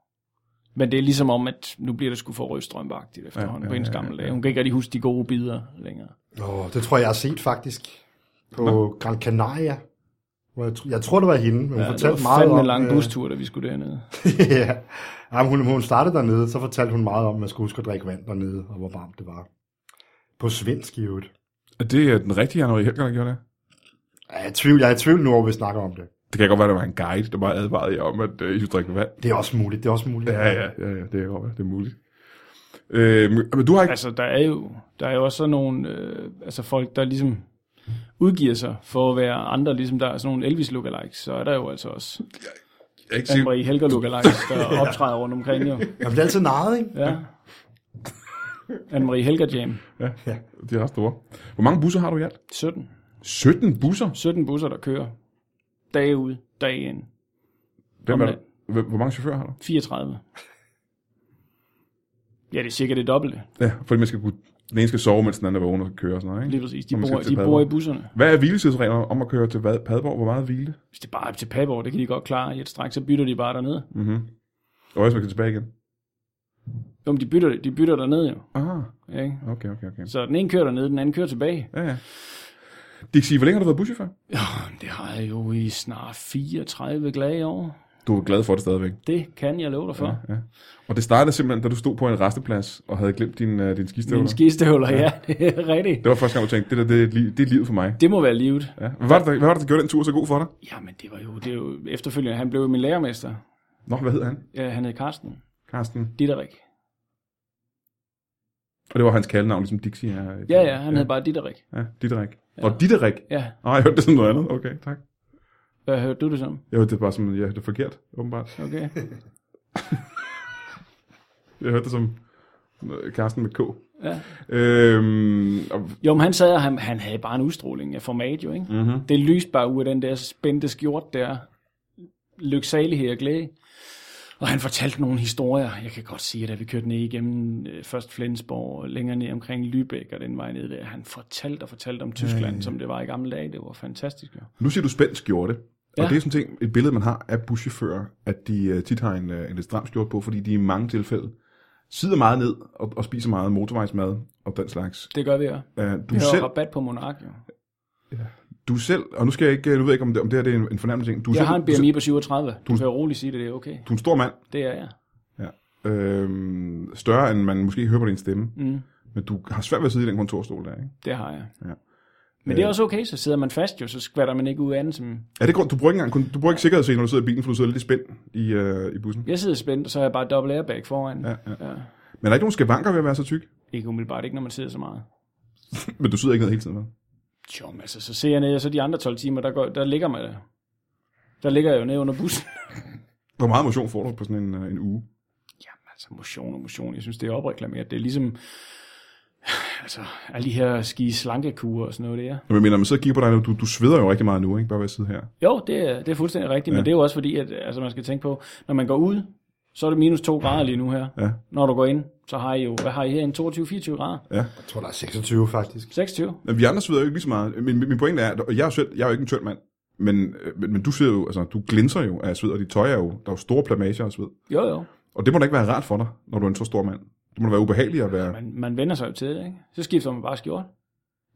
Speaker 4: Men det er ligesom om, at nu bliver det sgu for rødstrømbagtigt efterhånden ja, ja, på hendes gamle dage. Hun kan ikke rigtig huske de gode bidder længere.
Speaker 2: Åh, det tror jeg, jeg har set faktisk på Gran Canaria. Hvor jeg, tr- jeg tror, det var hende, men hun
Speaker 4: Ja, det
Speaker 2: fortalte
Speaker 4: var
Speaker 2: meget
Speaker 4: fandme
Speaker 2: om...
Speaker 4: en lang
Speaker 2: øh,
Speaker 4: bustur, da vi skulle dernede.
Speaker 2: [laughs] ja. Jamen, hun, hun startede dernede, så fortalte hun meget om, at man skulle huske at drikke vand dernede, og hvor varmt det var. På svensk i øvrigt.
Speaker 1: Er det øh, den rigtige Anne-Marie Helger, der gjorde det?
Speaker 2: Ja, Jeg er, i tvivl, jeg er i tvivl nu, over vi snakker om det.
Speaker 1: Det kan godt være, at der var en guide, der bare advarede jer om, at øh, I skulle drikke vand.
Speaker 2: Det er også muligt, det er også muligt.
Speaker 1: Ja, ja, ja, ja det kan godt være, det er muligt. Øh, men du har ikke...
Speaker 4: Altså, der er jo, der er jo også sådan nogle øh, altså folk, der ligesom udgiver sig for at være andre, ligesom der er sådan nogle Elvis lookalikes, så er der jo altså også
Speaker 1: Jeg er ikke sikker-
Speaker 4: Anne-Marie Helger lookalikes,
Speaker 1: [laughs]
Speaker 4: der optræder rundt omkring jo.
Speaker 2: Jeg bliver altid narret, ikke?
Speaker 4: Ja. Anne-Marie Helger Jam,
Speaker 1: De er ret store. Hvor mange busser har du i alt?
Speaker 4: 17.
Speaker 1: 17 busser?
Speaker 4: 17 busser, der kører. Dag ud, dag ind.
Speaker 1: Hvem er
Speaker 4: Om
Speaker 1: der? Hvem- Hvor mange chauffører har du?
Speaker 4: 34. Ja, det er cirka det dobbelte.
Speaker 1: Ja, fordi man skal kunne... Den ene skal sove, mens den anden er vågen og skal køre og sådan noget, ikke?
Speaker 4: Lige præcis. De
Speaker 1: Når man
Speaker 4: bor,
Speaker 1: skal til
Speaker 4: de bor i
Speaker 1: Padborg.
Speaker 4: busserne.
Speaker 1: Hvad er hviletidsreglerne om at køre til Vad- Padborg? Hvor meget hvile?
Speaker 4: Hvis det bare er til Padborg, det kan de godt klare i et stræk, så bytter de bare dernede.
Speaker 1: Mm-hmm. Og også man kan tilbage igen.
Speaker 4: Jo, men de bytter, de bytter dernede jo.
Speaker 1: Ah,
Speaker 4: Ikke?
Speaker 1: okay, okay, okay.
Speaker 4: Så den ene kører dernede, den anden kører tilbage.
Speaker 1: Ja, ja. Dixie, hvor længe har du været buschauffør?
Speaker 4: Jamen, det har jeg jo i snart 34 glade år.
Speaker 1: Du er glad for det stadigvæk.
Speaker 4: Det kan jeg love dig for. Ja,
Speaker 1: Ja. Og det startede simpelthen, da du stod på en resteplads og havde glemt din, uh, din skistøvler.
Speaker 4: Mine skistøvler, ja. [laughs] det er rigtigt.
Speaker 1: Det var første gang, du tænkte, det der, det er, li- det er livet for mig.
Speaker 4: Det må være livet.
Speaker 1: Ja. Hvad, var det, der- hvad var det, der gjorde den tur så god for dig?
Speaker 4: Jamen, det var jo, det er jo efterfølgende. Han blev jo min lærermester.
Speaker 1: Nå, hvad hed han?
Speaker 4: Ja, han hed Karsten.
Speaker 1: Karsten.
Speaker 4: Ditterik.
Speaker 1: Og det var hans kaldenavn, ligesom Dixie er.
Speaker 4: Ja, ja, han hed bare Ditterik.
Speaker 1: Ja, Diderik. Ja. Og Diderik?
Speaker 4: Ja,
Speaker 1: Nej, jeg hørte det som noget andet. Okay, tak.
Speaker 4: hvad hørte du det som?
Speaker 1: Jeg hørte det bare som, jeg hørte det forkert, åbenbart.
Speaker 4: Okay.
Speaker 1: Jeg hørte det som øh, Karsten med K.
Speaker 4: Ja.
Speaker 1: Øhm, og,
Speaker 4: Jo, men han sad, og han, han havde bare en udstråling af format jo, ikke?
Speaker 1: mm-hmm.
Speaker 4: Det lyste bare ud af den der spændte skjort der. Lyksalighed og glæde. Og han fortalte nogle historier. Jeg kan godt sige, at da vi kørte ned igennem øh, først Flensborg og længere ned omkring Lübeck og den vej ned der. Han fortalte og fortalte om Tyskland, ja, ja. som det var i gamle dage. Det var fantastisk. Jo.
Speaker 1: Nu siger du spændt skjorte. Ja. Og
Speaker 4: Ja.
Speaker 1: det er sådan ting, et billede, man har af buschauffører, at de uh, tit har en, uh, en lidt stram skjorte på, fordi de i mange tilfælde sidder meget ned og, og spiser meget motorvejsmad og den slags.
Speaker 4: Det gør vi også.
Speaker 1: Uh, du,
Speaker 4: Vi
Speaker 1: er
Speaker 4: har
Speaker 1: selv,
Speaker 4: jo rabat på Monark. Jo.
Speaker 1: du er selv, og nu skal jeg ikke, øh, nu ved jeg ikke, om det, om det her det er en, en fornærmelig ting. Du er
Speaker 4: Jeg
Speaker 1: selv,
Speaker 4: har en
Speaker 1: du, er selv-
Speaker 4: BMI på 37. Du kan jo roligt sige det, det er okay.
Speaker 1: du er en stor mand,
Speaker 4: Det er jeg.
Speaker 1: øh, større end man måske hører på din stemme,
Speaker 4: Mm,
Speaker 1: men du har svært ved at sidde i den kontorstol der, ikke?
Speaker 4: det har jeg.
Speaker 1: Ja. Øh.
Speaker 4: Men det er også okay, så sidder man fast jo, så skvatter man ikke ud af andet som
Speaker 1: Er det grund, du bruger ikke engang, kun- du bruger ikke sikkerhedsselen, når du sidder i bilen, for du sidder lidt i spænd i, uh, i bussen.
Speaker 4: Jeg sidder spændt, og så har jeg bare dobbelt airbag foran.
Speaker 1: Ja, ja.
Speaker 4: ja.
Speaker 1: Men er der ikke nogen skavanker ved at være så tyk? [clears throat]
Speaker 4: Ikke umiddelbart, ikke når man sidder så meget.
Speaker 1: Men du sidder ikke ned hele tiden, vel?
Speaker 4: Jo, men altså, så ser jeg ned, og så de andre 12 timer, der, går, der ligger man der. Der ligger jeg jo nede under bussen. [laughs]
Speaker 1: Hvor meget motion får du på sådan en, øh, en uge?
Speaker 4: Jamen altså, motion og motion, jeg synes, det er opreklameret. Det er ligesom, altså, alle de her ski slankekurer og sådan noget, det er.
Speaker 1: Nå, men Jeg mener, man sidder og kigger på dig nu, du, du sveder jo rigtig meget nu, ikke? Bare ved at sidde her.
Speaker 4: Jo, det er, det er fuldstændig rigtigt, ja.
Speaker 1: Ja.
Speaker 4: men det er jo også fordi, at altså, man skal tænke på, når man går ud, så er det minus 2 grader lige nu her.
Speaker 1: Ja.
Speaker 4: Når du går ind, så har I jo, hvad har I herinde, 22-24 grader?
Speaker 2: Jeg tror, der er 26 faktisk.
Speaker 4: 26?
Speaker 1: Men vi andre sveder jo ikke lige så meget. Min, min, min pointe er, at og jeg er, jo selv, jeg er jo ikke en tynd mand, men, øh, men, men du sidder jo, altså du glinser jo af sved, og dit tøj er jo, der er jo store plamager af sved.
Speaker 4: Jo, jo.
Speaker 1: Og det må da ikke være rart for dig, når du er en så stor mand. Det må da være ubehageligt at være...
Speaker 4: Man, man vender sig jo til det, ikke? Så skifter man bare skjort.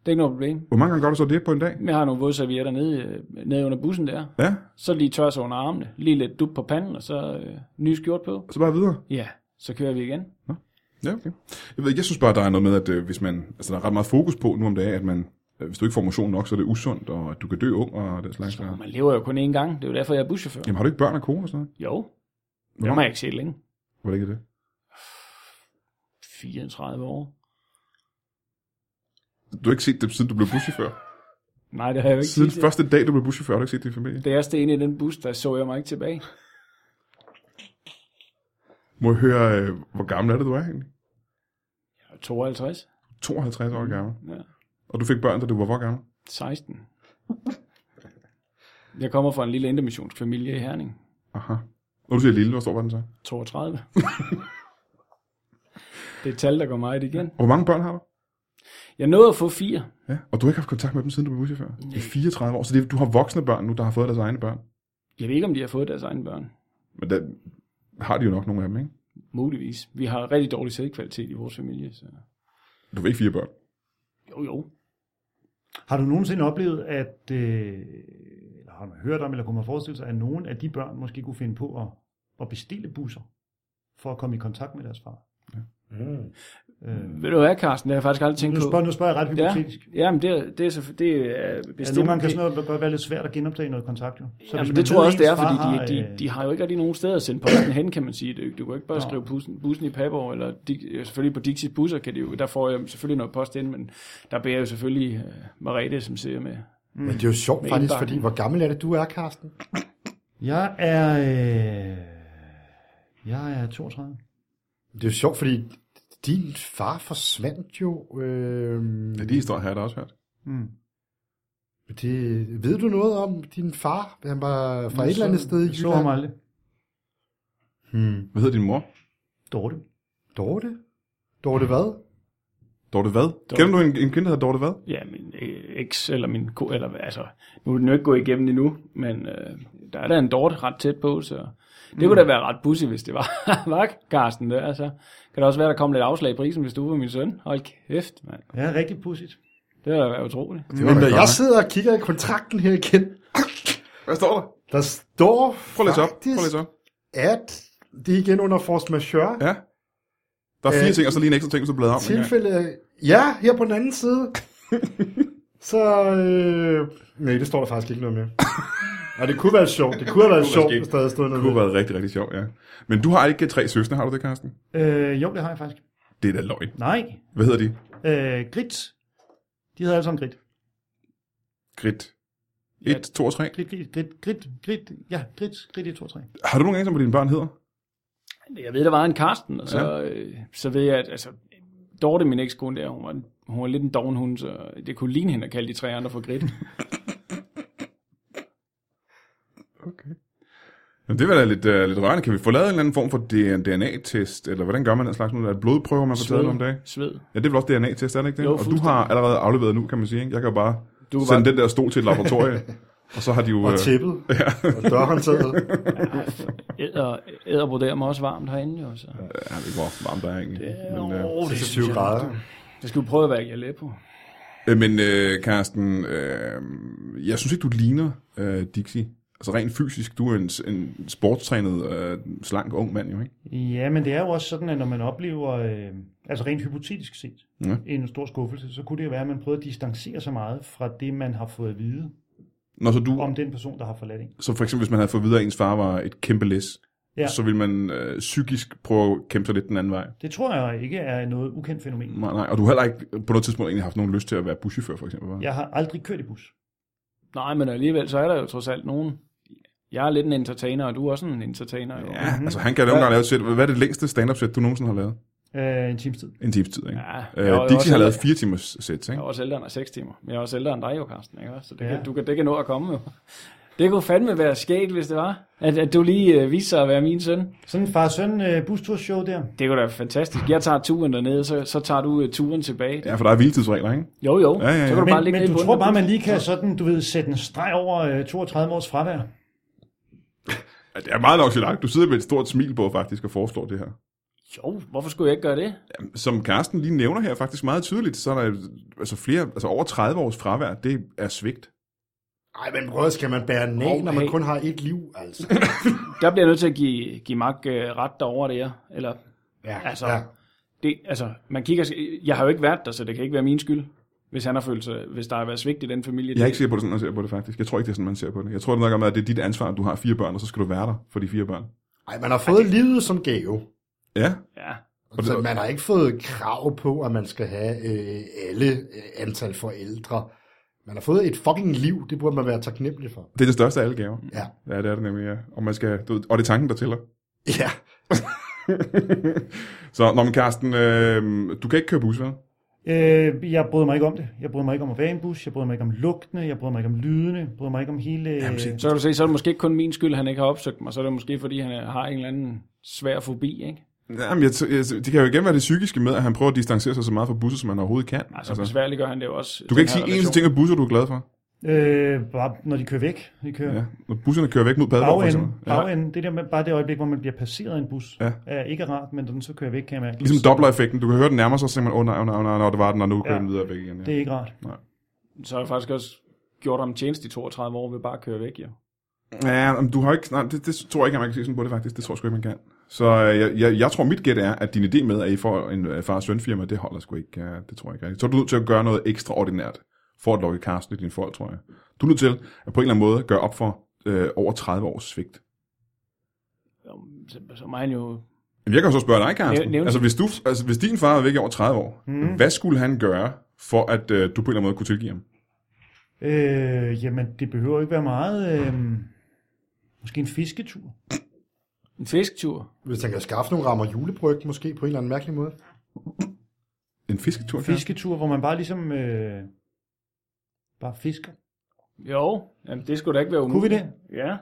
Speaker 4: Det er ikke noget problem.
Speaker 1: Hvor mange gange gør du så det på en dag?
Speaker 4: Men Jeg har nogle vådservietter nede, øh, nede under bussen der.
Speaker 1: Ja,
Speaker 4: Så lige tør sig under armene. Lige lidt dup på panden, og så øh, ny skjort på.
Speaker 1: og så bare videre.
Speaker 4: Ja, så kører vi igen.
Speaker 1: Ja, okay. Jeg, ved, ikke, jeg synes bare, der er noget med, at øh, hvis man... Altså, der er ret meget fokus på nu om dagen, at man... øh, Hvis du ikke får motion nok, så er det usundt, og at du kan dø ung og den slags.
Speaker 4: Og
Speaker 1: Og...
Speaker 4: man lever jo kun én gang. Det er jo derfor, jeg er buschauffør.
Speaker 1: Jamen, har du ikke børn og kone og sådan noget?
Speaker 4: Jo,
Speaker 1: Hvor
Speaker 4: det må
Speaker 1: mange-
Speaker 4: jeg ikke se længe.
Speaker 1: Hvor længe er det?
Speaker 4: 34 år.
Speaker 1: Du har ikke set det, siden du blev
Speaker 4: [laughs]
Speaker 1: buschauffør.
Speaker 4: Nej, det har jeg jo ikke
Speaker 1: Siden
Speaker 4: tid til.
Speaker 1: første dag, du blev buschauffør, har du ikke set din familie.
Speaker 4: Da jeg steg ind i den bus, der så jeg mig ikke tilbage.
Speaker 1: Må jeg høre, øh, hvor gammel er det, du er egentlig?
Speaker 4: Jeg er 52.
Speaker 1: 52 år gammel.
Speaker 4: Ja.
Speaker 1: Og du fik børn, da du var hvor gammel?
Speaker 4: 16. Jeg kommer fra en lille intermissionsfamilie i Herning.
Speaker 1: [laughs] Aha. Når du siger lille, hvor stor var den så?
Speaker 4: 32. Det er et tal, der går meget igen.
Speaker 1: Og hvor mange børn har du?
Speaker 4: Jeg nåede at få fire.
Speaker 1: Ja. Og du har ikke haft kontakt med dem, siden du blev musiker? I 34 år. Så det, er- du har voksne børn nu, der har fået deres egne børn.
Speaker 4: Jeg ved ikke, om de har fået deres egne børn.
Speaker 1: Men der har de jo nok nogle af dem, ikke?
Speaker 4: Muligvis. Vi har rigtig dårlig sædkvalitet i vores familie. Så.
Speaker 1: Du vil ikke fire børn.
Speaker 4: Jo, jo.
Speaker 3: Har du nogensinde oplevet, at, øh, eller har man hørt om, eller kunne man forestille sig, at nogen af de børn måske kunne finde på at, at bestille busser, for at komme i kontakt med deres far?
Speaker 2: Mm.
Speaker 3: Øh,
Speaker 4: Ved du hvad, Carsten? Det har jeg faktisk aldrig tænkt
Speaker 3: nu,
Speaker 4: på.
Speaker 3: spørger, nu spørger jeg ret hypotetisk. Ja.
Speaker 4: Ja, men det, er- det er, så, det er
Speaker 3: Ja,
Speaker 4: bestemt...
Speaker 3: nogle gange kan sådan noget godt være lidt svært at genoptage noget kontakt. Jo.
Speaker 4: Så ja,
Speaker 3: hvis
Speaker 4: men
Speaker 3: man
Speaker 4: det tror
Speaker 3: ved,
Speaker 4: jeg også, det er,
Speaker 3: ens far
Speaker 4: fordi de,
Speaker 3: øh,
Speaker 4: de, de har jo ikke rigtig nogen steder at sende posten hen, kan man sige. Du, du kan jo ikke bare
Speaker 3: Nå.
Speaker 4: skrive bussen, bussen i Padborg, eller di, selvfølgelig på Dixis busser kan det jo, der får jeg selvfølgelig noget post ind, men der bærer jeg jo selvfølgelig uh, Marete, som ser med.
Speaker 2: Men det er jo sjovt
Speaker 4: Med
Speaker 2: faktisk,
Speaker 4: indbakken.
Speaker 2: fordi hvor gammel er det, du er, Karsten?
Speaker 3: Jeg er... Øh, jeg er 32.
Speaker 2: Det er jo sjovt, fordi din far forsvandt jo. Øh,
Speaker 1: Ja, de historier har jeg da også hørt.
Speaker 3: Mm.
Speaker 2: det, ved du noget om din far? Han var fra
Speaker 3: Jeg
Speaker 2: et eller andet
Speaker 3: så-
Speaker 2: sted i
Speaker 3: Jeg så ham
Speaker 2: Jylland.
Speaker 3: aldrig.
Speaker 2: Hmm.
Speaker 1: Hvad hedder din mor?
Speaker 3: Dorte.
Speaker 2: Dorte? Dorte hvad?
Speaker 1: Dorte hvad? Kender du en, en kvinde, der hedder Dorte hvad?
Speaker 4: Ja, min øh, eks, eller min ko, eller hvad, altså, nu er den jo ikke gået igennem endnu, men øh, der er da en dort ret tæt på, så det mm. kunne da være ret pussy, hvis det var, [laughs] var Carsten der, altså. Kan det også være, der kom lidt afslag i prisen, hvis du var min søn? Hold kæft, mand.
Speaker 3: Ja, rigtig pudsigt.
Speaker 4: Det ville da være utroligt.
Speaker 1: Det
Speaker 2: Men når jeg sidder og kigger i kontrakten her igen,
Speaker 1: Hvad står der?
Speaker 2: der står
Speaker 1: Prøv at læse op. Prøv at
Speaker 2: faktisk,
Speaker 1: læse op.
Speaker 2: at det er igen under force majeure.
Speaker 1: Ja. Der er fire
Speaker 2: Øh,
Speaker 1: ting, og så lige en ekstra ting, som du bladrer om. en gang.
Speaker 2: tilfælde, ja, her på den anden
Speaker 1: [laughs]
Speaker 2: side. så, øh, nej, det står der faktisk ikke noget mere. Og det kunne være sjovt. Det kunne have været
Speaker 1: Det kunne
Speaker 2: sjovt,
Speaker 1: måske
Speaker 2: hvis der havde stået
Speaker 1: Det
Speaker 2: noget
Speaker 1: kunne
Speaker 2: mere.
Speaker 1: have været rigtig, rigtig sjovt, ja. Men du har ikke tre søstre, har du det, Carsten?
Speaker 3: Øh, jo, det har jeg faktisk.
Speaker 1: Det er da løgn.
Speaker 3: Nej.
Speaker 1: Hvad hedder de?
Speaker 3: Øh, grit. De hedder alle sammen grit.
Speaker 1: Grit.
Speaker 4: Ja.
Speaker 1: 1, 2 og 3.
Speaker 3: Grit, grit, grit, grit, grit. Ja, grit, grit 1, 2, 3.
Speaker 1: Har du nogen anelse om, hvad dine børn hedder?
Speaker 4: Jeg ved, der var en Karsten, og så,
Speaker 1: Ja.
Speaker 4: ja. øh, så ved jeg, at altså, Dorte, min ekskone der, hun var, en- hun var lidt en doven hund, så det kunne ligne hende at kalde de tre andre for
Speaker 1: [laughs]
Speaker 4: grit.
Speaker 1: Jamen, det var da lidt, uh, lidt rørende. Kan vi få lavet en eller anden form for DNA-test? Eller hvordan gør man den slags nu? Er det blodprøver, man får taget om dagen?
Speaker 4: Sved.
Speaker 1: Ja, det er vel også DNA-test, er det ikke det?
Speaker 4: Jo,
Speaker 1: og du
Speaker 4: fuldstændig.
Speaker 1: har allerede afleveret nu, kan man sige. Ikke? Jeg kan jo bare
Speaker 4: Du kan
Speaker 1: sende
Speaker 4: bare-
Speaker 1: den der stol til et
Speaker 4: [laughs]
Speaker 1: laboratorie, og så har de jo... øh,
Speaker 2: Og tæppet. [laughs] Ja. Og dørhåndtaget.
Speaker 4: Æder, æder broderer mig også varmt herinde, jo, så.
Speaker 1: Ja, det går varmt der er egentlig.
Speaker 4: Ja,
Speaker 1: Men, øh,
Speaker 4: åh, det,
Speaker 2: 26 grader.
Speaker 4: det skal vi prøve at være gælde på.
Speaker 1: Øh, Men øh, Karsten, øh, jeg synes ikke, du ligner øh, Dixie. Altså rent fysisk, du er en, en sportstrænet, øh, slank ung mand jo, ikke?
Speaker 3: Ja, men det er jo også sådan, at når man oplever, øh, altså rent hypotetisk set,
Speaker 1: Ja.
Speaker 3: ja. en stor skuffelse, så kunne det jo være, at man prøver at distancere sig meget fra det, man har fået at vide
Speaker 1: Nå, så du,
Speaker 3: om den person, der har forladt en.
Speaker 1: så for eksempel hvis man havde fået videre, at ens far var et kæmpe læs, ja.
Speaker 3: Ja.
Speaker 1: så ville man øh, psykisk prøve at kæmpe sig lidt den anden vej.
Speaker 3: Det tror jeg ikke er noget ukendt fænomen.
Speaker 1: Nej, nej. Og du har heller ikke på noget tidspunkt egentlig haft nogen lyst til at være buschauffør, for eksempel. Var?
Speaker 3: Jeg har aldrig kørt i bus.
Speaker 4: Nej, men alligevel, så er der jo trods alt nogen. Jeg er lidt en entertainer, og du er også en entertainer, jo.
Speaker 1: Ja, altså han kan nogle gange lave et sæt. Hvad er det længste stand-up-sæt, du nogensinde har lavet?
Speaker 3: Øh, en times tid.
Speaker 1: En times tid, ikke?
Speaker 4: Ja, jeg
Speaker 1: øh,
Speaker 4: er jo
Speaker 1: Dixie
Speaker 4: også-
Speaker 1: har lavet fire timers sæt,
Speaker 4: Jeg
Speaker 1: ikke?
Speaker 4: er også ældre end dig, seks timer. Men jeg er også ældre end dig, jo, Carsten. Ikke? også? Så det,
Speaker 3: Ja.
Speaker 4: ja. kan, du kan, det kan nå at komme, jo. Det kunne fandme være sket, hvis det var, at, at du lige øh, viste sig at være min søn.
Speaker 3: Sådan en far-søn øh, busturshow der.
Speaker 4: Det kunne da være fantastisk. Jeg tager turen dernede, så, så tager du øh, turen tilbage.
Speaker 1: Ja, for der er hviletidsregler, ikke?
Speaker 4: Jo, jo.
Speaker 1: Ja, ja, ja.
Speaker 4: Så kan du bare
Speaker 3: Men,
Speaker 4: ligge
Speaker 3: men du
Speaker 4: nede på den
Speaker 3: tror bare,
Speaker 4: der
Speaker 3: man lige kan sådan, du ved, sætte en streg over øh, 32 års fravær.
Speaker 1: Ja, det er meget nonchalant. Du sidder med et stort smil på faktisk og foreslår det her.
Speaker 4: bus. Jo, hvorfor skulle jeg ikke gøre det?
Speaker 1: Som Karsten lige nævner her faktisk meget tydeligt, så er der altså flere, altså over 30 års fravær, det er svigt.
Speaker 2: Ej, men prøv, skal man bære en
Speaker 4: Hov,
Speaker 2: af, når man
Speaker 4: hey.
Speaker 2: kun har et liv, altså?
Speaker 4: Der bliver jeg nødt til at give, give Mark øh, ret derovre det her. Eller,
Speaker 2: Ja,
Speaker 4: Altså, det, altså, man kigger, jeg har jo ikke været der, så det kan ikke være min skyld, hvis han har følt sig, hvis der har været svigt i den familie.
Speaker 1: Jeg er ikke sikker på, at det er sådan, man ser på det faktisk. Jeg tror ikke, det er sådan, man ser på det. Jeg tror det nok om, at det er dit ansvar, at du har fire børn, og så skal du være der for de fire børn.
Speaker 2: Ej, man har fået livet som gave.
Speaker 1: Ja,
Speaker 4: Ja,
Speaker 1: det-
Speaker 2: Så man har ikke fået krav på, at man skal have øh, alle øh, antal forældre. Man har fået et fucking liv. Det burde man være taknemmelig for.
Speaker 1: det er det største af alle gaver.
Speaker 2: Ja.
Speaker 1: Ja, det er det nemlig, ja. Og, man skal, du ved, og det er tanken, der tæller. [laughs]
Speaker 2: Ja.
Speaker 1: så, når men Karsten, øh, du kan ikke køre bus, vel?
Speaker 3: Øh, jeg bryder mig ikke om det. Jeg bryder mig ikke om at være i en bus. Jeg bryder mig ikke om lugtene. Jeg bryder mig ikke om lydene. Jeg bryder mig ikke om hele... Jamen,
Speaker 1: se.
Speaker 4: øh, så kan du se, så er det måske ikke kun min skyld, han ikke har opsøgt mig, så er det måske, fordi han har en eller anden svær fobi, ikke?
Speaker 1: Jamen, jeg, t- jeg, det kan jo igen være det psykiske med, at han prøver at distancere sig så meget fra busser, som han overhovedet kan.
Speaker 4: Altså, altså besværligt gør han det jo også.
Speaker 1: du kan ikke sige eneste ting med busser, du er glad for.
Speaker 3: Øh, bare når de kører væk. De kører
Speaker 1: Ja.
Speaker 3: ja.
Speaker 1: Når busserne kører væk mod Padborg, for
Speaker 3: bagenden,
Speaker 1: eksempel. Ja.
Speaker 3: bagenden. Det der med bare det øjeblik, hvor man bliver passeret af en bus,
Speaker 1: Ja.
Speaker 3: ja. er ikke rart, men når den så kører væk, kan jeg mærke.
Speaker 1: Ligesom dobbler-effekten. Du kan høre den nærmere sig, og så tænker man, åh oh, nej, åh, nej, åh, nej, nej, det var den, og nu kører
Speaker 3: Ja.
Speaker 1: den videre væk igen. Ja.
Speaker 3: Det er ikke rart.
Speaker 4: Så har jeg faktisk også gjort ham en tjeneste i 32 år ved bare at køre væk, ja.
Speaker 1: Ja, men du har ikke, nej, det, det tror jeg ikke, at man kan se sådan på det faktisk. Det tror jeg sgu ikke, man kan. Så øh, jeg, jeg, jeg tror, mit gæt er, at din idé med, at I får en øh, far søn firma, det holder sgu ikke. øh, Det tror jeg ikke rigtigt. Så er du nødt til at gøre noget ekstraordinært for at lokke Carsten i dine folk, tror jeg. Du er nødt til at på en eller anden måde gøre op for øh, over 30 års svigt.
Speaker 4: Så, så må han jo...
Speaker 1: Jamen, jeg kan jo så spørge dig, Carsten.
Speaker 4: Næv- nævn-
Speaker 1: altså, hvis du, altså, hvis din far var væk i over 30 år, mm. hvad skulle han gøre, for at øh, du på en eller anden måde kunne tilgive ham?
Speaker 3: Øh, jamen, det behøver ikke være meget... Øh, måske en fisketur.
Speaker 4: En fisketur.
Speaker 2: Hvis han kan skaffe nogle rammer julebryg, måske på en eller anden mærkelig måde.
Speaker 1: En fisketur, Carsten?
Speaker 3: Fisketur, hvor man bare ligesom... Øh, bare fisker.
Speaker 4: Jo, jamen, det skulle da ikke være
Speaker 3: Kunne vi
Speaker 4: umuligt.
Speaker 3: det?
Speaker 4: Ja.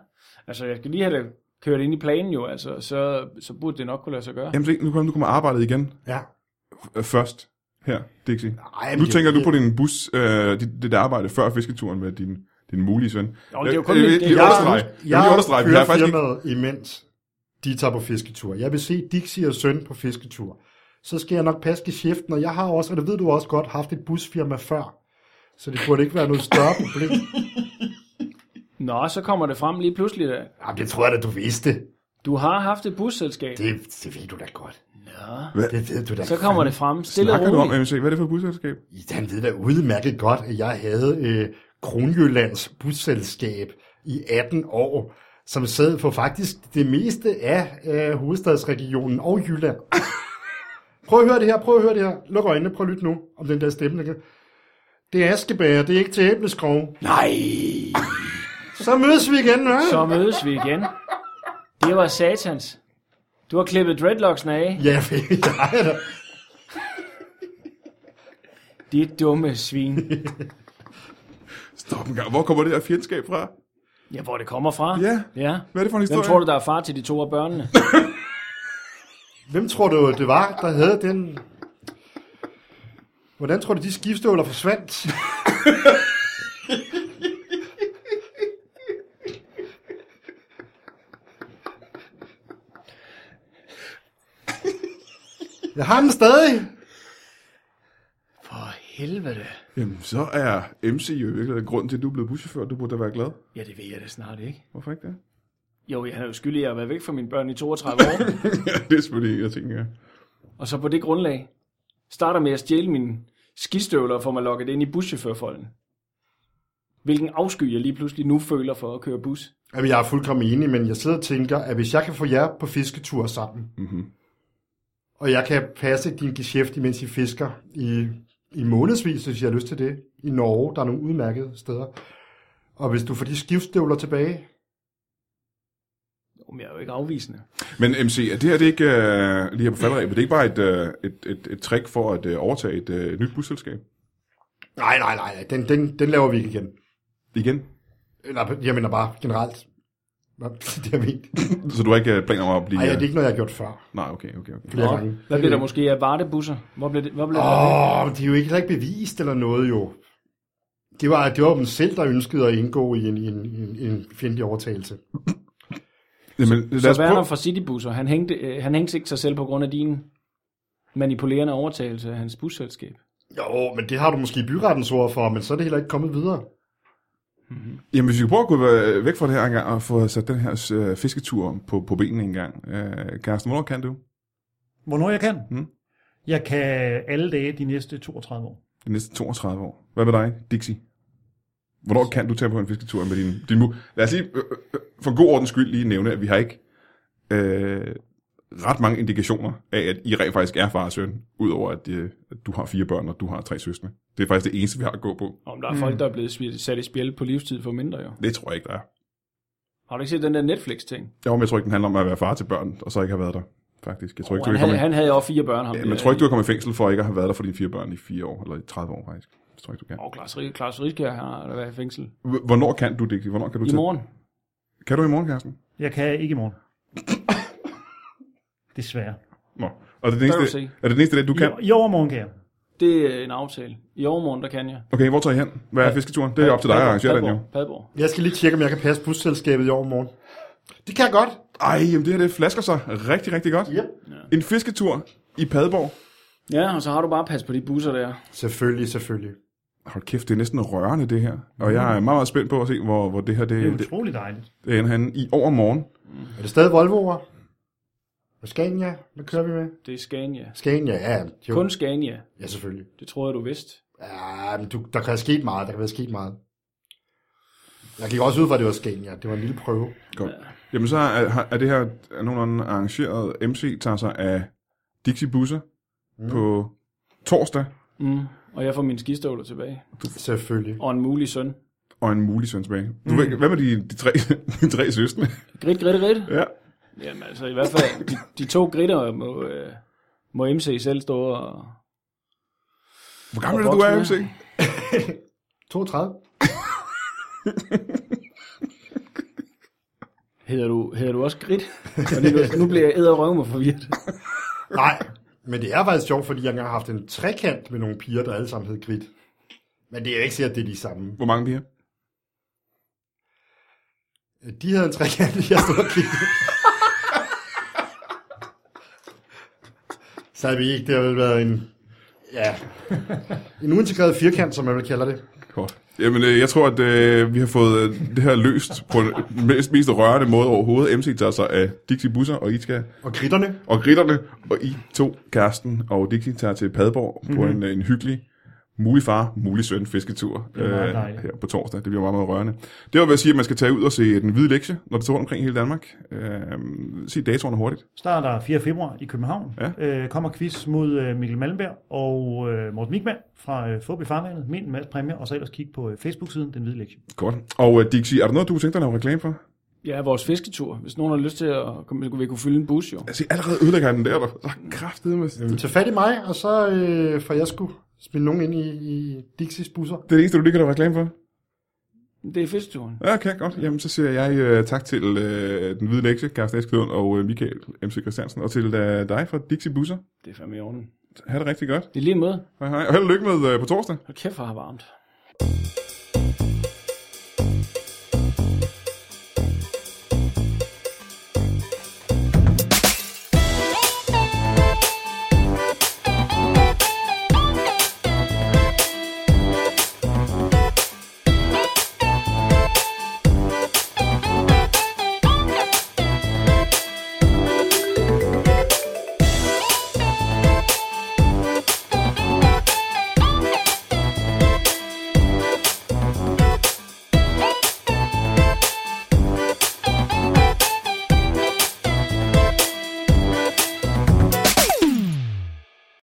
Speaker 4: Altså, jeg skal lige have det kørt ind i planen jo, altså. Så, så burde det nok kunne lade sig gøre.
Speaker 1: Jamen, se, nu kommer, nu kommer arbejdet igen
Speaker 2: Ja.
Speaker 1: øh, først her, Dixie.
Speaker 2: Ej,
Speaker 1: Nu tænker du på din bus, øh, dit, det der arbejde før fisketuren med din, din mulige søn.
Speaker 4: Jo, det er jo kun
Speaker 1: Øh,
Speaker 4: min-
Speaker 1: øh,
Speaker 4: det-
Speaker 1: lige
Speaker 4: jeg-
Speaker 1: understrege. Jeg, vil lige understrege, vi har faktisk ikke...
Speaker 2: firmaet ikke... imens de tager på fisketur. Jeg vil se Dixie og søn på fisketur. Så skal jeg nok passe geschæften, og jeg har også, og det ved du også godt, haft et busfirma før. Så det burde ikke være noget større problem.
Speaker 4: Nå, så kommer det frem lige pludselig da.
Speaker 2: [laughs] Jamen, det tror jeg da, du vidste.
Speaker 4: Du har haft et busselskab.
Speaker 2: Det, det ved du da godt.
Speaker 4: Ja.
Speaker 2: Det ved du da
Speaker 4: Så kommer det frem. Stille og
Speaker 1: Snakker du om
Speaker 4: roligt.
Speaker 1: AMC? Hvad er det for et busselskab?
Speaker 2: det. Han ved da udmærket godt, at jeg havde øh, Kronjyllands busselskab i 18 år, som sad på faktisk det meste af øh, hovedstadsregionen og Jylland. Prøv at høre det her, prøv at høre det her. Luk øjnene, prøv at lytte nu om den der stemme. ikke? Det er Askebær, det er ikke til æbleskrog.
Speaker 4: Nej.
Speaker 2: Så mødes vi igen, hva'?
Speaker 4: Så mødes vi igen. Det var satans. Du har klippet dreadlocksene af.
Speaker 2: Ja, [laughs] for jeg er da.
Speaker 4: Dit dumme svin.
Speaker 1: Stop en gang. Hvor kommer det her fjendskab fra?
Speaker 4: Ja, hvor det kommer fra.
Speaker 1: Ja.
Speaker 4: ja.
Speaker 1: Hvad er det for en
Speaker 4: Hvem
Speaker 1: historie?
Speaker 4: tror du, der er far til de to af børnene?
Speaker 2: Hvem tror du, det var, der havde den... Hvordan tror du, de skiftøvler forsvandt? Jeg har dem stadig.
Speaker 4: For helvede.
Speaker 1: Jamen, så er MC jo i virkeligheden grund til, at du er blevet buschauffør. Du burde da være glad.
Speaker 4: Ja, det ved jeg da snart ikke.
Speaker 1: Hvorfor ikke det? [laughs]
Speaker 4: Jo, jeg er jo skyldig i at være væk fra mine børn i 32 år.
Speaker 1: ja, det er selvfølgelig en af tingene, ja.
Speaker 4: og så på det grundlag starter med at stjæle mine skistøvler og får mig lukket ind i buschaufførfolden. Hvilken afsky jeg lige pludselig nu føler for at køre bus.
Speaker 2: Jamen, jeg er fuldkommen enig, men jeg sidder og tænker, at hvis jeg kan få jer på fisketur sammen, mm-hmm. og jeg kan passe din geschæft, imens I fisker i, i månedsvis, hvis I har lyst til det, i Norge, der er nogle udmærkede steder, og hvis du får de skiftstøvler tilbage,
Speaker 4: Jo, men jeg er jo ikke afvisende.
Speaker 1: Men MC, er det her det ikke, øh, lige her på falderæbet, det er ikke bare et, øh, et, et, et trick for at øh, overtage et, øh, et nyt busselskab?
Speaker 2: nej, nej, nej, nej, den, den, den laver vi ikke igen.
Speaker 1: Igen?
Speaker 2: Eller, jeg mener bare generelt. Nå, [laughs] Det er ment.
Speaker 1: Så du har ikke øh, planer om at blive...
Speaker 2: Nej, det
Speaker 1: øh,
Speaker 2: er ikke noget, jeg har gjort før.
Speaker 1: Nej, okay, okay, okay.
Speaker 2: Flere gange.
Speaker 4: Hvad bliver der måske af vartebusser? Hvor blev det, hvor blev det?
Speaker 2: Åh, men det er jo ikke heller ikke bevist eller noget jo. Det var, det var dem selv, der ønskede at indgå i en, i en, i en, i en fjendtlig overtagelse.
Speaker 1: Jamen, lad os
Speaker 4: Så Werner
Speaker 1: prøve...
Speaker 4: fra Citybusser, han hængte, øh, han hængte ikke sig selv på grund af din manipulerende overtagelse af hans busselskab.
Speaker 2: Jo, men det har du måske byrettens ord for, men så er det heller ikke kommet videre.
Speaker 1: Jamen, hvis vi kan prøve at gå øh, væk fra det her engang og få sat den her øh, fisketur på, på benene engang. Øh, Karsten, hvornår kan du?
Speaker 3: Hvornår jeg kan?
Speaker 1: Mm.
Speaker 3: Jeg kan alle dage de næste 32 år.
Speaker 1: De næste 32 år. Hvad med dig, Dixie? Hvornår kan du tage på en fisketur med din, din mu? Lad os lige, øh, øh, for god ordens skyld, lige nævne, at vi har ikke øh, ret mange indikationer af, at I rent faktisk er far og søn, udover at, øh, at du har fire børn, og du har tre søstre. Det er faktisk det eneste, vi har at gå på.
Speaker 4: Om der er
Speaker 1: Mm.
Speaker 4: folk, der er blevet smidt- sat i spjæl på livstid for mindre, jo.
Speaker 1: Det tror jeg ikke, der er.
Speaker 4: Har du ikke set den der Netflix-ting?
Speaker 1: Jo, men jeg tror ikke, den handler om at være far til børn, og så ikke have været der, faktisk. Jeg tror ikke,
Speaker 4: Han,
Speaker 1: du kan komme
Speaker 4: havde,
Speaker 1: i-
Speaker 4: han havde jo også fire børn, ham.
Speaker 1: Ja, men tror ikke, du har kommet i fængsel for ikke at have været der for dine fire børn i fire år, eller i 30 år faktisk. Jeg tror ikke, du kan.
Speaker 4: Og Klaus, Rik- Klaus Ritkjær har der været i fængsel.
Speaker 1: H- Hvornår kan du, Dixie? Hvornår kan du
Speaker 4: I
Speaker 1: til-
Speaker 4: morgen.
Speaker 1: Kan du i morgen, Carsten? [coughs]
Speaker 3: Jeg kan ikke i morgen. Desværre.
Speaker 1: Nå. Og det er den eneste,
Speaker 4: se.
Speaker 1: er det den eneste dag, du kan?
Speaker 3: I, I overmorgen kan jeg.
Speaker 4: Det er en aftale. I overmorgen, der kan jeg.
Speaker 1: Okay, hvor tager I hen? Hvad er fisketuren? Det er op til dig at arrangere den jo.
Speaker 4: Padborg. Padborg.
Speaker 2: Jeg skal lige tjekke, om jeg kan passe busselskabet i overmorgen. Det kan jeg godt.
Speaker 1: Ej, jamen det her det flasker sig rigtig, rigtig godt.
Speaker 2: Yep.
Speaker 1: En fisketur i Padborg.
Speaker 4: Ja, og så har du bare pas på de busser der.
Speaker 2: Selvfølgelig, selvfølgelig.
Speaker 1: Hold kæft, det er næsten rørende det her. Og jeg er meget, meget spændt på at se, hvor, hvor det her
Speaker 3: Det er
Speaker 1: det, det,
Speaker 3: utrolig dejligt.
Speaker 1: det ender henne i overmorgen.
Speaker 2: Er det stadig Volvo'er? Og Scania? Hvad kører vi med?
Speaker 4: Det er Scania.
Speaker 2: Scania, ja. Jo.
Speaker 4: Kun Scania.
Speaker 2: Ja, selvfølgelig.
Speaker 4: Det tror jeg, du vidste.
Speaker 2: Ja, men du, der kan ske meget. Der kan være sket meget. Jeg gik også ud fra, at det var Scania. Det var en lille prøve.
Speaker 1: Godt. Jamen så er, har- er det her er nogenlunde arrangeret. MC tager sig af Dixie Busser mm. på torsdag
Speaker 4: Mm. Og jeg får mine skistøvler tilbage.
Speaker 2: Selvfølgelig.
Speaker 4: Og en mulig søn.
Speaker 1: og en mulig søn tilbage. Du, mm. Hvad med de, de, tre, [laughs] de tre søstre?
Speaker 4: Grit, grit, grit.
Speaker 1: ja.
Speaker 4: Jamen altså, i hvert fald, de, de to gritter må, øh, må MC selv stå og...
Speaker 1: Hvor gammel
Speaker 4: Og
Speaker 1: er det, du er, MC?
Speaker 4: voksne.
Speaker 2: 32.
Speaker 4: Hedder du, hedder du også [laughs] grit? Fordi nu, nu bliver jeg æder røv mig forvirret.
Speaker 2: Nej, men det er faktisk sjovt, fordi jeg engang har haft en trekant med nogle piger, der alle sammen hed Grit. Men det er jo ikke sikkert, at det er de samme.
Speaker 1: Hvor mange piger?
Speaker 2: De havde en trekant, jeg stod og kiggede. Så havde vi ikke, det har vel været en, ja, en uintegreret firkant, som man vil kalder det.
Speaker 1: Godt. Jamen, øh, jeg tror, at øh, vi har fået øh, det her løst på den mest, mest rørende måde overhovedet. MC tager sig af Dixie Busser, og I skal
Speaker 2: Og gritterne,
Speaker 1: og gritterne, og I to, Karsten og Dixie, tager til Padborg mm-hmm. på en, øh, en hyggelig mulig far, mulig søn fisketur øh,
Speaker 3: er meget dejligt.
Speaker 1: her på torsdag. Det bliver meget, meget rørende. Det var, hvad jeg siger, at man skal tage ud og se den hvide lektie, når det står rundt omkring i hele Danmark. Øh, se datoerne hurtigt.
Speaker 3: Starter 4. februar i København.
Speaker 1: Ja.
Speaker 3: Øh, kommer quiz mod øh, Mikkel Malmberg og øh, Morten Wigman fra øh, Fåbe Farvandet. Mind en masse præmier, og så ellers kig på øh, Facebook-siden Den Hvide Lektie.
Speaker 1: Godt. Og øh, Dixie, er der noget, du tænker dig at lave reklame for?
Speaker 4: Ja, vores fisketur. Hvis nogen har lyst til at komme, så kunne vi kunne fylde en bus, jo.
Speaker 1: Altså, allerede ødelægger han den der, der så kraftede med. Det
Speaker 2: tag fat i mig, og så øh, får jeg sgu smide nogen ind i, i Dixies busser.
Speaker 1: er det eneste, du lige kan lave reklame for?
Speaker 4: Det er fisketuren.
Speaker 1: Ja, Okay, godt. Jamen, så siger jeg øh, tak til øh, den hvide lektie, Carsten Eskelund og øh, Michael MC Christiansen, og til øh, dig fra Dixie Busser.
Speaker 4: Det er fandme i orden.
Speaker 1: Ha' det rigtig godt.
Speaker 4: Det er lige en måde.
Speaker 1: Hej, hej. Og held og lykke med øh, på torsdag.
Speaker 4: Hold kæft, hvor har varmt.